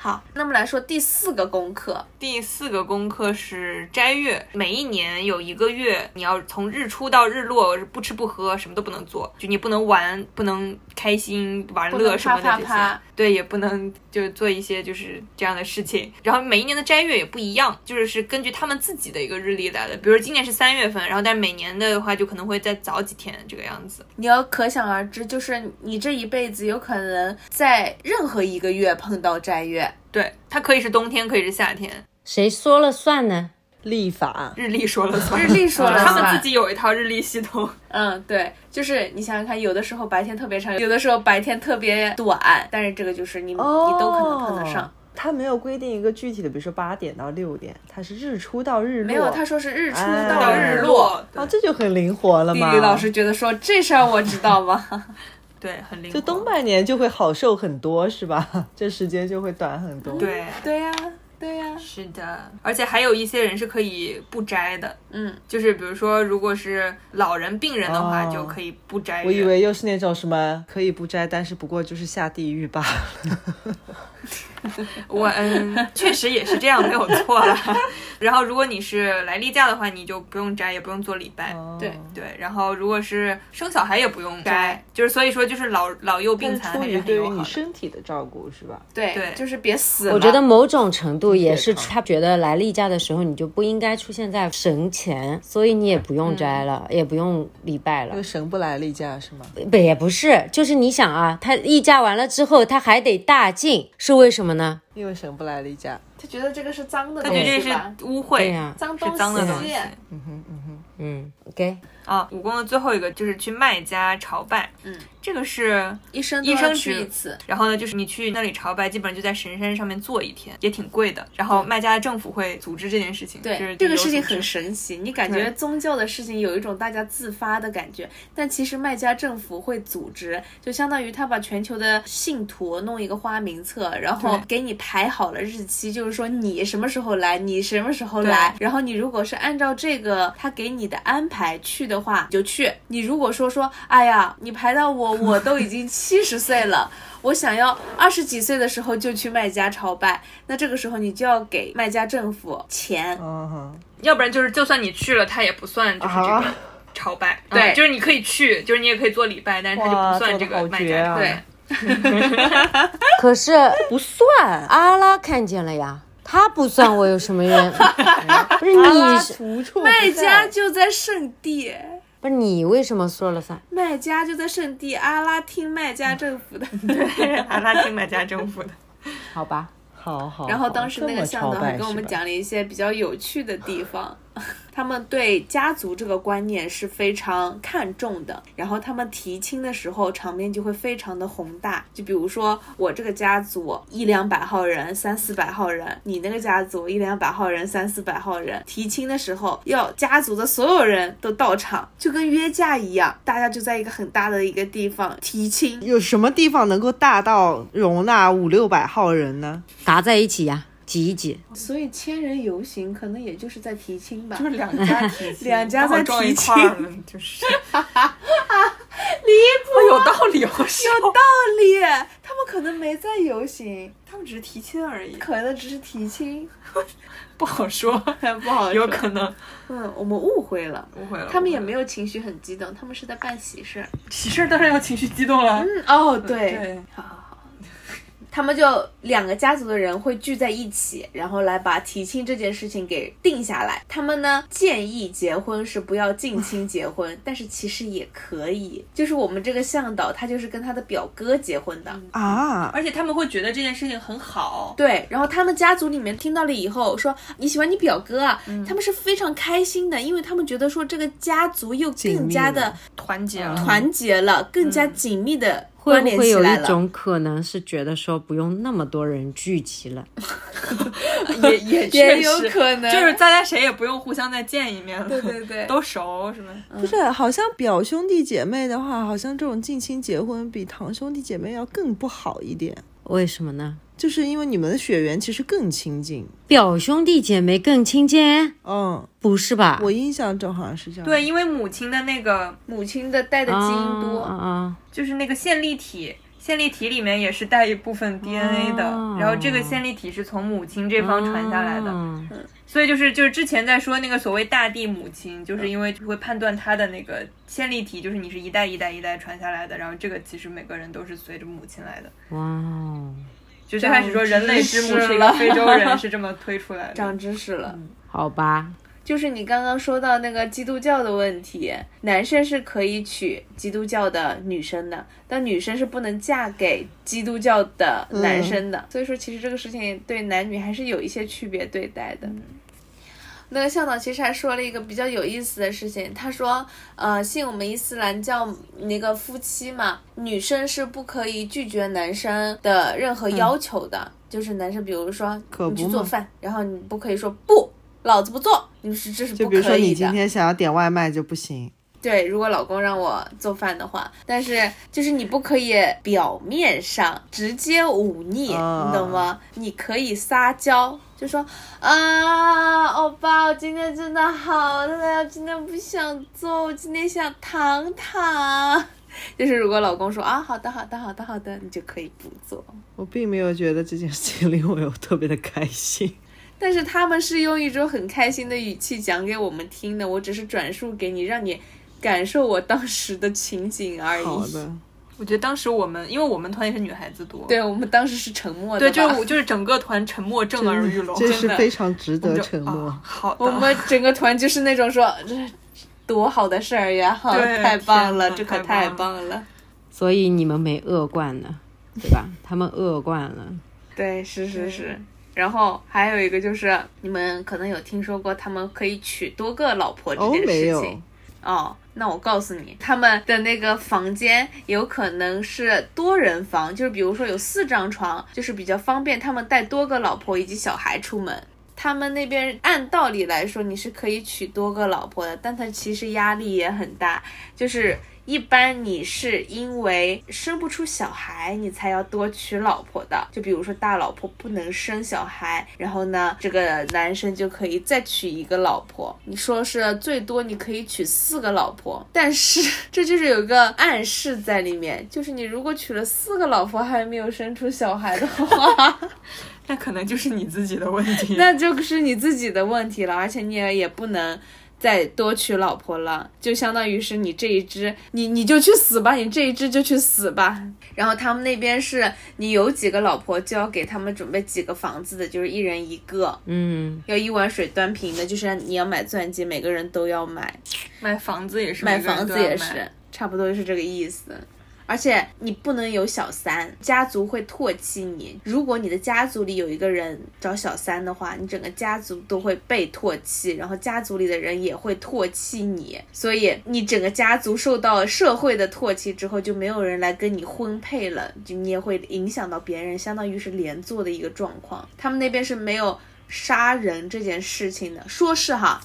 Speaker 5: 好，那么来说第四个功课，
Speaker 6: 第四个功课是斋月，每一年有一个月，你要从日出到日落不吃不喝，什么都不能做，就你不能玩，不能开心玩
Speaker 5: 不能
Speaker 6: 乐
Speaker 5: 啪
Speaker 6: 什么的
Speaker 5: 啪
Speaker 6: 这些，
Speaker 5: 啪
Speaker 6: 对，也不能就做一些就是这样的事情。然后每一年的斋月也不一样，就是是根据他们自己的一个日历来的，比如今年是三月份，然后但每年的话就可能会再早几天这个样子。
Speaker 5: 你要可想而知，就是你这一辈子有可能在任何一个月碰到斋月。
Speaker 6: 对，它可以是冬天，可以是夏天，
Speaker 3: 谁说了算呢？
Speaker 2: 立法
Speaker 6: 日历说了算，
Speaker 5: 日历说了
Speaker 6: 嗯他
Speaker 5: 算，
Speaker 6: 们自己有一套日历系统。
Speaker 5: 嗯，对，就是你想想看，有的时候白天特别长，有的时候白天特别短，但是这个就是你、你都可能碰得
Speaker 6: 哦
Speaker 5: 上。。
Speaker 2: 他没有规定一个具体的，比如说八点到六点，它是日出到日落。
Speaker 5: 没
Speaker 6: 哦
Speaker 5: 有，他说是日出
Speaker 2: 哎
Speaker 5: 到
Speaker 6: 日
Speaker 5: 落。
Speaker 6: 落，
Speaker 2: 啊，这就很灵活了
Speaker 5: 地
Speaker 2: 嘛。
Speaker 5: 理老师觉得说这事儿我知道吗？
Speaker 6: 对，很灵活。
Speaker 2: 就东半年就会好受很多，是吧？ 这时间就会短很多。，
Speaker 6: 对。
Speaker 5: 对呀、对呀、
Speaker 6: 是的，而且还有一些人是可以不摘的，
Speaker 5: 嗯，
Speaker 6: 就是比如说，如果是老人、病人的话，
Speaker 2: 哦
Speaker 6: 就可以不摘月。
Speaker 2: 我以为又是那种什么可以不摘，但是不过就是下地狱吧。
Speaker 6: 我嗯，确实也是这样，没有错 啦。然后，如果你是来例假的话，你就不用摘，也不用做礼拜。
Speaker 2: 哦
Speaker 5: 对
Speaker 6: 对，然后如果是生小孩也不用摘
Speaker 5: 摘，
Speaker 6: 就是所以说就是老老幼
Speaker 2: 但
Speaker 6: 病
Speaker 2: 是
Speaker 6: 残
Speaker 2: 出
Speaker 6: 还是
Speaker 2: 于
Speaker 6: 很
Speaker 2: 对
Speaker 6: 友
Speaker 2: 于
Speaker 6: 好
Speaker 2: 你
Speaker 6: 的。
Speaker 2: 身体的照顾，是吧？
Speaker 5: 对，
Speaker 6: 对
Speaker 5: 就是别死了。
Speaker 3: 我觉得某种程度也是他觉得来例假的时候你就不应该出现在神前，所以你也不
Speaker 2: 嗯
Speaker 3: 用摘了，也不用礼拜了
Speaker 2: 因为。神不来例假是吗？
Speaker 3: 不也不是，就是你想啊，他例假完了之后他还得大进，是为什么呢？
Speaker 2: 因为神不来例假，
Speaker 5: 他觉得这个是脏的
Speaker 6: 他
Speaker 5: 东
Speaker 6: 觉
Speaker 5: 西吧，
Speaker 6: 得这是污
Speaker 3: 对
Speaker 6: 秽，
Speaker 3: 呀
Speaker 5: 脏东
Speaker 6: 是
Speaker 5: 西
Speaker 6: 脏的东西。
Speaker 3: 嗯，OK，
Speaker 6: 啊，武功的最后一个就是去麦家朝拜，嗯，这个是
Speaker 5: 一生
Speaker 6: 一
Speaker 5: 都要
Speaker 6: 生
Speaker 5: 去
Speaker 6: 只
Speaker 5: 一次。
Speaker 6: 然后呢，就是你去那里朝拜，基本上就在神山上面坐一天，也挺贵的。然后麦家的政府会组织这件事情，就是
Speaker 5: 对，这
Speaker 6: 旅游
Speaker 5: 个事情
Speaker 6: 组织
Speaker 5: 很神奇，你感觉
Speaker 6: 对
Speaker 5: 宗教的事情有一种大家自发的感觉，但其实麦加政府会组织，就相当于他把全球的信徒弄一个花名册，然后
Speaker 6: 对
Speaker 5: 给你排好了日期，就是说你什么时候来，你什么时候来，然后你如果是按照这个他给你的安排去的话，你就去；你如果说说，哎呀，你排到我，我都 已经七十岁了。我想要二十几岁的时候就去麦加朝拜，那这个时候你就要给麦加政府钱，
Speaker 6: 哦
Speaker 2: 嗯哼，
Speaker 6: 要不然就是就算你去了，它也不算就是这个。
Speaker 2: 啊
Speaker 6: 朝拜，
Speaker 5: 对
Speaker 6: 嗯就是你可以去，就是你也可以做礼拜，但是它就
Speaker 2: 哇
Speaker 6: 不算
Speaker 2: 做得
Speaker 6: 这个
Speaker 2: 好
Speaker 6: 麦
Speaker 2: 绝
Speaker 6: 家。
Speaker 2: 啊
Speaker 6: 对，
Speaker 3: 可是不算，阿拉看见了呀，他不算，我有什 么人？不是你是，
Speaker 2: 无处
Speaker 5: 卖家就在圣地，
Speaker 3: 不是你为什么说了算？
Speaker 5: 卖家就在圣地，阿拉听卖家政府的。
Speaker 6: 阿拉丁麦家政府的。
Speaker 3: 好吧，
Speaker 2: 好 好。
Speaker 5: 然后当时
Speaker 2: 好
Speaker 5: 那个向导还跟我们，讲了一些比较有趣的地方。 他们对家族这个观念是非常看重的，然后他们提亲的时候场面就会非常的宏大。就比如说我这个家族一两百号人，三四百号人，你那个家族一两百号人，三四百号人，提亲的时候要家族的所有人都到场，就跟约架一样，大家就在一个很大的一个地方提亲。
Speaker 2: 有什么地方能够大到容纳五六百号人呢？
Speaker 3: 打在一起呀，挤一挤。
Speaker 5: 所以千人游行可能也就是在提亲吧，
Speaker 6: 就是两家提亲，
Speaker 5: 两家在
Speaker 6: 刚好撞
Speaker 5: 提
Speaker 6: 一
Speaker 5: 亲
Speaker 6: 块儿了，就是。离谱，有道理，哦我说
Speaker 5: 有道理，他们可能没在游行，
Speaker 6: 他们只是提亲而已，
Speaker 5: 可能只是提亲，
Speaker 6: 不好说，
Speaker 5: 不好
Speaker 6: 有可能
Speaker 5: 嗯，我们误会了，
Speaker 6: 误会了。
Speaker 5: 他们也
Speaker 6: 误会了
Speaker 5: 没有情绪很激动，他们是在办喜事儿。
Speaker 6: 喜事儿当然要情绪激动了。
Speaker 5: 嗯，哦，对，
Speaker 6: 对，
Speaker 5: 好好好。他们就两个家族的人会聚在一起，然后来把提亲这件事情给定下来。他们呢建议结婚是不要 近亲结婚，但是其实也可以。就是我们这个向导，他就是跟他的表哥结婚
Speaker 6: 嗯
Speaker 5: 的，
Speaker 2: 啊，
Speaker 6: 而且他们会觉得这件事情很好。
Speaker 5: 对，然后他们家族里面听到了以后说你喜欢你表哥啊，
Speaker 3: 嗯
Speaker 5: 他们是非常开心的，因为他们觉得说这个家族又
Speaker 2: 紧
Speaker 5: 更
Speaker 2: 密
Speaker 5: 加的
Speaker 2: 了
Speaker 6: 团结了，
Speaker 5: 团结了，更加紧密的
Speaker 3: 嗯会
Speaker 5: 关
Speaker 3: 不
Speaker 5: 联
Speaker 3: 会
Speaker 5: 起
Speaker 3: 有
Speaker 5: 来
Speaker 3: 一
Speaker 5: 了。
Speaker 3: 种可能是觉得说不用那么多人聚集了？
Speaker 6: 也也
Speaker 5: 也
Speaker 6: 确
Speaker 5: 有
Speaker 6: 实，
Speaker 5: 可能，
Speaker 6: 就是大家谁也不用互相再见一面了，对
Speaker 5: 对对
Speaker 6: 都熟是吧？
Speaker 4: 嗯
Speaker 2: 不是，好像表兄弟姐妹的话，好像这种近亲结婚比堂兄弟姐妹要更不好一点，
Speaker 3: 为什么呢？
Speaker 2: 就是因为你们的血缘其实更亲近。
Speaker 3: 表兄弟姐妹更亲近？
Speaker 2: 嗯，
Speaker 3: 不是吧？
Speaker 2: 我印象中好像是这样。
Speaker 6: 对，，因为母亲的那个
Speaker 5: 母亲的带的基因多。
Speaker 3: 啊啊啊！
Speaker 6: 就是那个线粒体。线粒体里面也是带一部分 DNA 的，
Speaker 3: 哦
Speaker 6: 然后这个线粒体是从母亲这
Speaker 3: 啊
Speaker 6: 方传下来的，
Speaker 3: 嗯
Speaker 6: 所以就是就是之前在说那个所谓大地母亲，就是因为会判断她的那个线粒体，就是你是一代一代一代传下来的，然后这个其实每个人都是随着母亲来的。
Speaker 3: 哇哦，
Speaker 6: 就最开始说人类之母是
Speaker 5: 长知识
Speaker 6: 一个
Speaker 5: 了
Speaker 6: 非洲人，是这么推出来的。
Speaker 5: 长知识了。
Speaker 3: 好吧，
Speaker 5: 就是你刚刚说到那个基督教的问题，男生是可以娶基督教的女生的，但女生是不能嫁给基督教的
Speaker 4: 嗯
Speaker 5: 男生的。所以说，其实这个事情对男女还是有一些区别对待的。
Speaker 4: 嗯
Speaker 5: 那个校长其实还说了一个比较有意思的事情，他说，呃，信我们伊斯兰教那个夫妻嘛，女生是不可以拒绝男生的任何要求的，就是男生比如说
Speaker 4: 嗯可
Speaker 5: 你去
Speaker 4: 不
Speaker 5: 做
Speaker 4: 嘛
Speaker 5: 饭，然后你不可以说不，老子不做，你是这是
Speaker 4: 就
Speaker 5: 不
Speaker 4: 比如说
Speaker 5: 可以
Speaker 4: 你今
Speaker 5: 的。
Speaker 4: 天想要点外卖就不行，
Speaker 5: 对，如果老公让我做饭的话，但是就是你不可以表面上直接忤逆，
Speaker 4: 啊
Speaker 5: 你懂吗？你可以撒娇，就说啊，欧巴，我今天真的好累，我今天不想做，我今天想躺躺。 就是如果老公说啊，好的，好的，好的，好的，你就可以不做。
Speaker 4: 我并没有觉得这件事 情令我有特别的开心。
Speaker 5: 但是他们是用一种很开心的语气讲给我们听的，我只是转述给你，让你感受我当时的情景而已。
Speaker 4: 好的，
Speaker 6: 我觉得当时我们，因为我们团也是女孩子多，
Speaker 5: 对我们当时是沉默的
Speaker 6: 对，
Speaker 5: 吧，
Speaker 6: 就是我就是整个团沉默震耳欲聋，
Speaker 4: 这
Speaker 6: 真
Speaker 4: 是
Speaker 6: 的
Speaker 4: 非常值
Speaker 6: 我
Speaker 4: 得
Speaker 6: 们就
Speaker 4: 沉 默。
Speaker 6: 啊好的，
Speaker 5: 我们整个团就是那种说这多好的事儿呀，哈，
Speaker 6: 对
Speaker 5: 太棒了，这
Speaker 6: 天哪
Speaker 5: 可
Speaker 6: 太
Speaker 5: 太
Speaker 6: 棒
Speaker 5: 棒了。
Speaker 3: 所以你们没饿惯呢，对吧？他们饿惯了，
Speaker 5: 对，是是是。然后还有一个就是，你们可能有听说过他们可以娶多个老婆这
Speaker 4: 哦
Speaker 5: 件，
Speaker 4: 没
Speaker 5: 事
Speaker 4: 有
Speaker 5: 情。，哦，那我告诉你，他们的那个房间有可能是多人房，就是比如说有四张床，就是比较方便他们带多个老婆以及小孩出门。他们那边按道理来说你是可以娶多个老婆的，但他其实压力也很大，就是。一般你是因为生不出小孩，你才要多娶老婆的。就比如说大老婆不能生小孩，然后呢，这个男生就可以再娶一个老婆。你说是最多你可以娶四个老婆，但是 这就是有一个暗示在里面，就是你如果娶了四个老婆还没有生出小孩的话，
Speaker 6: 那可能就是你自己的问题。
Speaker 5: 那就是你自己的问题了，而且你也也不能再多娶老婆了，就相当于是你这一只，你你就去死吧，你这一只就去死吧。然后他们那边是你有几个老婆就要给他们准备几个房子的，就是一人一个，
Speaker 3: 嗯，
Speaker 5: 要一碗水端平的，就是你要买钻戒，每个人都要买，
Speaker 6: 买房子也是，
Speaker 5: 买
Speaker 6: 每个人
Speaker 5: 房
Speaker 6: 都
Speaker 5: 子
Speaker 6: 要
Speaker 5: 也
Speaker 6: 买
Speaker 5: 是，差不多就是这个意思。而且你不能有小三，家族会唾弃你。如果你的家族里有一个人找小三的话，你整个家族都会被唾弃，然后家族里的人也会唾弃你。所以你整个家族受到社会的唾弃之后，就没有人来跟你婚配了，就你也会影响到别人，相当于是连坐的一个状况。他们那边是没有杀人这件事情的，说是哈，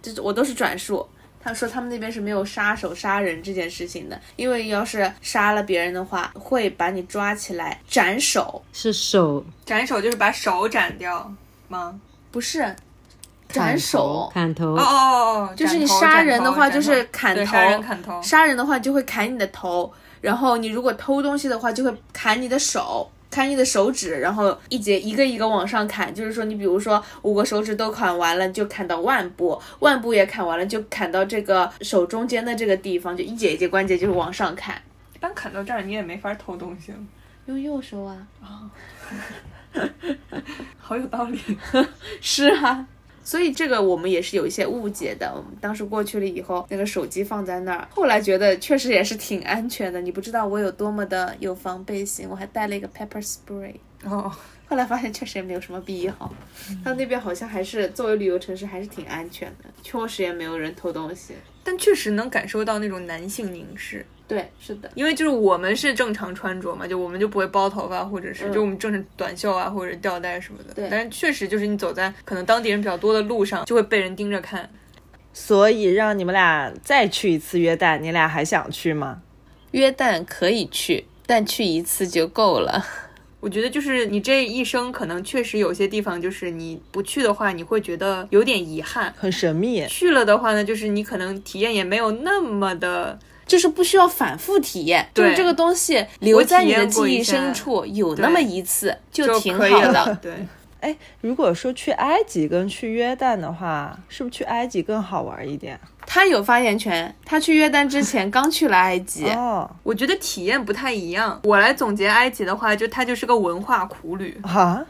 Speaker 5: 这我都是转述。他说他们那边是没有杀手杀人这件事情的，因为要是杀了别人的话，会把你抓起来斩首，
Speaker 3: 是手
Speaker 6: 斩首就是把手斩掉吗？
Speaker 5: 不是斩首。
Speaker 3: 砍头
Speaker 6: 哦，哦哦，
Speaker 5: 就是你
Speaker 6: 斩头
Speaker 5: 杀人的话
Speaker 6: 斩头
Speaker 5: 就是
Speaker 6: 斩头
Speaker 5: 砍
Speaker 6: 对
Speaker 5: 头
Speaker 6: 杀人砍头。
Speaker 5: 杀人的话就会砍你的头，然后你如果偷东西的话就会砍你的手，砍你的手指，然后一节一个一个往上砍。就是说，你比如说五个手指都砍完了，就砍到腕部，腕部也砍完了，就砍到这个手中间的这个地方，就一节一节关节就是往上砍。
Speaker 6: 一般砍到这儿你也没法偷东西了，
Speaker 5: 用右手啊，
Speaker 6: 好有道理。
Speaker 5: 是啊， 所以这个我们也是有一些误解的。我们当时过去了以后，那个手机放在那儿，后来觉得确实也是挺安全的。你不知道我有多么的有防备心，我还带了一个 pepper spray。
Speaker 6: 哦，
Speaker 5: 后来发现确实也没有什么必要，到那边好像还是作为旅游城市还是挺安全的，确实也没有人偷东西。
Speaker 6: 但确实能感受到那种男性凝视，
Speaker 5: 对，是的，
Speaker 6: 因为就是我们是正常穿着嘛，就我们就不会包头发，或者是就我们正常短袖啊，或者吊带什么的。
Speaker 5: 嗯对
Speaker 6: 但是确实就是你走在可能当地人比较多的路上，就会被人盯着看。
Speaker 2: 所以让你们俩再去一次约旦，你俩还想去吗？
Speaker 5: 约旦可以去，但去一次就够了。
Speaker 6: 我觉得就是你这一生可能确实有些地方，就是你不去的话，你会觉得有点遗憾；
Speaker 2: 很神秘，
Speaker 6: 去了的话呢，就是你可能体验也没有那么的
Speaker 5: 就是不需要反复体验，就
Speaker 6: 对
Speaker 5: 是这个东西留在你的记
Speaker 6: 我体
Speaker 5: 忆
Speaker 6: 验过一
Speaker 5: 深
Speaker 6: 下
Speaker 5: 处有那么一次就
Speaker 6: 就
Speaker 5: 挺
Speaker 6: 可以
Speaker 5: 好
Speaker 6: 了
Speaker 5: 的。。
Speaker 6: 对，
Speaker 2: 哎，如果说去埃及跟去约旦的话，是不是去埃及更好玩一点？
Speaker 5: 他有发言权，他去约旦之前刚去了埃及，
Speaker 2: 哦，
Speaker 6: 我觉得体验不太一样。我来总结埃及的话，就它就是个文化苦旅，
Speaker 2: 哈，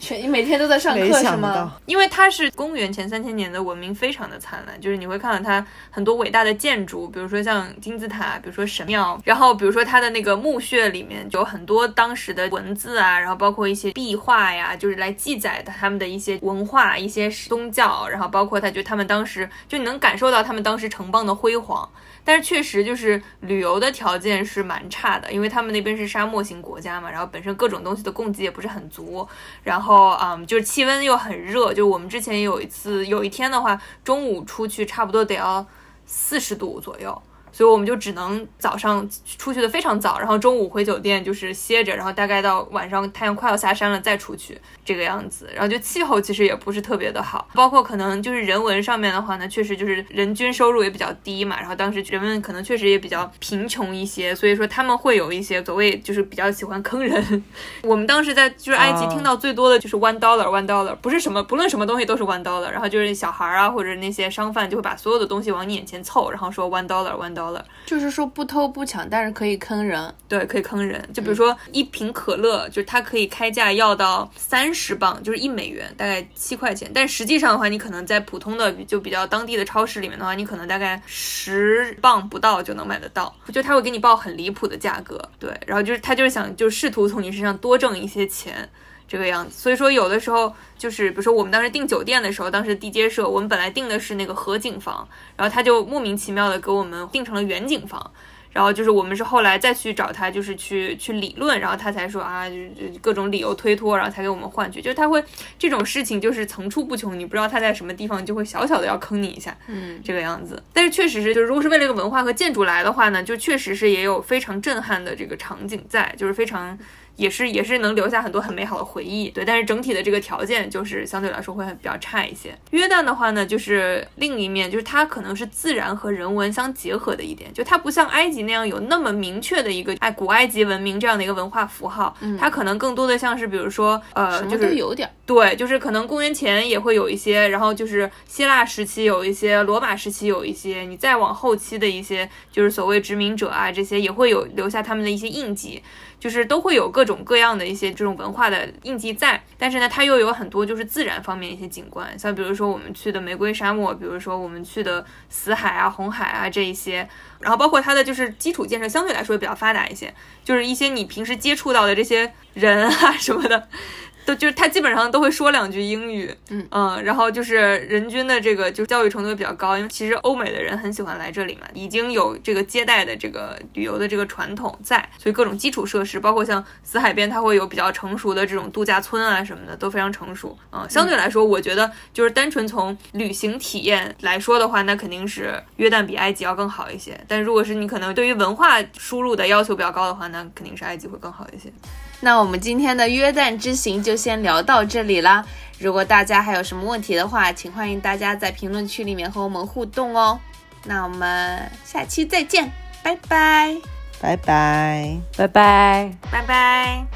Speaker 5: 全你每天都在上
Speaker 2: 没
Speaker 5: 课是
Speaker 2: 啊想
Speaker 5: 吗？
Speaker 2: 到，
Speaker 6: 因为它是公元前三千年的文明非常的灿烂，就是你会看到它很多伟大的建筑，比如说像金字塔，比如说神庙，然后比如说它的那个墓穴里面有很多当时的文字啊，然后包括一些壁画呀，就是来记载他们的一些文化、一些宗教，然后包括他就他们当时就你能感受到他们当时城邦的辉煌。但是确实就是旅游的条件是蛮差的，因为他们那边是沙漠型国家嘛，然后本身各种东西的供给也不是很足，然后嗯，就是气温又很热，就我们之前有一次有一天的话，中午出去差不多得要四十度左右。所以我们就只能早上出去的非常早，然后中午回酒店就是歇着，然后大概到晚上太阳快要下山了再出去这个样子。然后就气候其实也不是特别的好，包括可能就是人文上面的话呢，确实就是人均收入也比较低嘛，然后当时人们可能确实也比较贫穷一些，所以说他们会有一些所谓就是比较喜欢坑人， 我们当时在就是埃及
Speaker 2: 哦
Speaker 6: 听到最多的就是 one dollar one dollar，不是什么不论什么东西都是 one dollar，然后就是小孩儿啊或者那些商贩就会把所有的东西往你眼前凑，然后说 one dollar one dollar，
Speaker 5: 就是说不偷不抢，但是可以坑人。嗯
Speaker 6: 对，可以坑人。就比如说一瓶可乐，就是它可以开价要到三十磅，就是一美元，大概七块钱。但实际上的话，你可能在普通的就比较当地的超市里面的话，你可能大概十磅不到就能买得到。就他会给你报很离谱的价格，对。然后就是他就是想就试图从你身上多挣一些钱。这个样子，所以说有的时候就是，比如说我们当时订酒店的时候，当时地接社我们本来订的是那个河景房，然后他就莫名其妙的给我们订成了远景房，然后就是我们是后来再去找他，就是去去理论，然后他才说啊，就就各种理由推脱，然后才给我们换去。就是他会这种事情就是层出不穷，你不知道他在什么地方就会小小的要坑你一下，嗯，这个样子。但是确实是，就是如果是为了一个文化和建筑来的话呢，就确实是也有非常震撼的这个场景在，就是非常。也是也是能留下很多很美好的回忆，对。但是整体的这个条件就是相对来说会比较差一些。约旦的话呢，就是另一面，就是它可能是自然和人文相结合的一点，就它不像埃及那样有那么明确的一个哎古埃及文明这样的一个文化符号，它可能更多的像是比如说
Speaker 5: 嗯
Speaker 6: 呃
Speaker 5: 什么
Speaker 6: 就
Speaker 5: 都
Speaker 6: 是
Speaker 5: 哦有点儿，
Speaker 6: 对，就是可能公元前也会有一些，然后就是希腊时期有一些，罗马时期有一些，你再往后期的一些，就是所谓殖民者啊，这些也会有留下他们的一些印记，就是都会有各种各样的一些这种文化的印记在。但是呢，它又有很多就是自然方面一些景观，像比如说我们去的玫瑰沙漠，比如说我们去的死海啊、红海啊这一些，然后包括它的就是基础建设相对来说也比较发达一些，就是一些你平时接触到的这些人啊什么的，都就是他基本上都会说两句英语，嗯然后就是人均的这个就教育程度也比较高，因为其实欧美的人很喜欢来这里嘛，已经有这个接待的这个旅游的这个传统在，所以各种基础设施，包括像死海边，它会有比较成熟的这种度假村啊什么的，都非常成熟，嗯，相对来说，我觉得就是单纯从旅行体验来说的话，那肯定是约旦比埃及要更好一些，但如果是你可能对于文化输入的要求比较高的话，那肯定是埃及会更好一些。
Speaker 5: 那我们今天的约旦之行就先聊到这里啦。如果大家还有什么问题的话，请欢迎大家在评论区里面和我们互动哦。那我们下期再见，拜拜，
Speaker 2: 拜拜。
Speaker 3: 拜拜。
Speaker 6: 拜拜。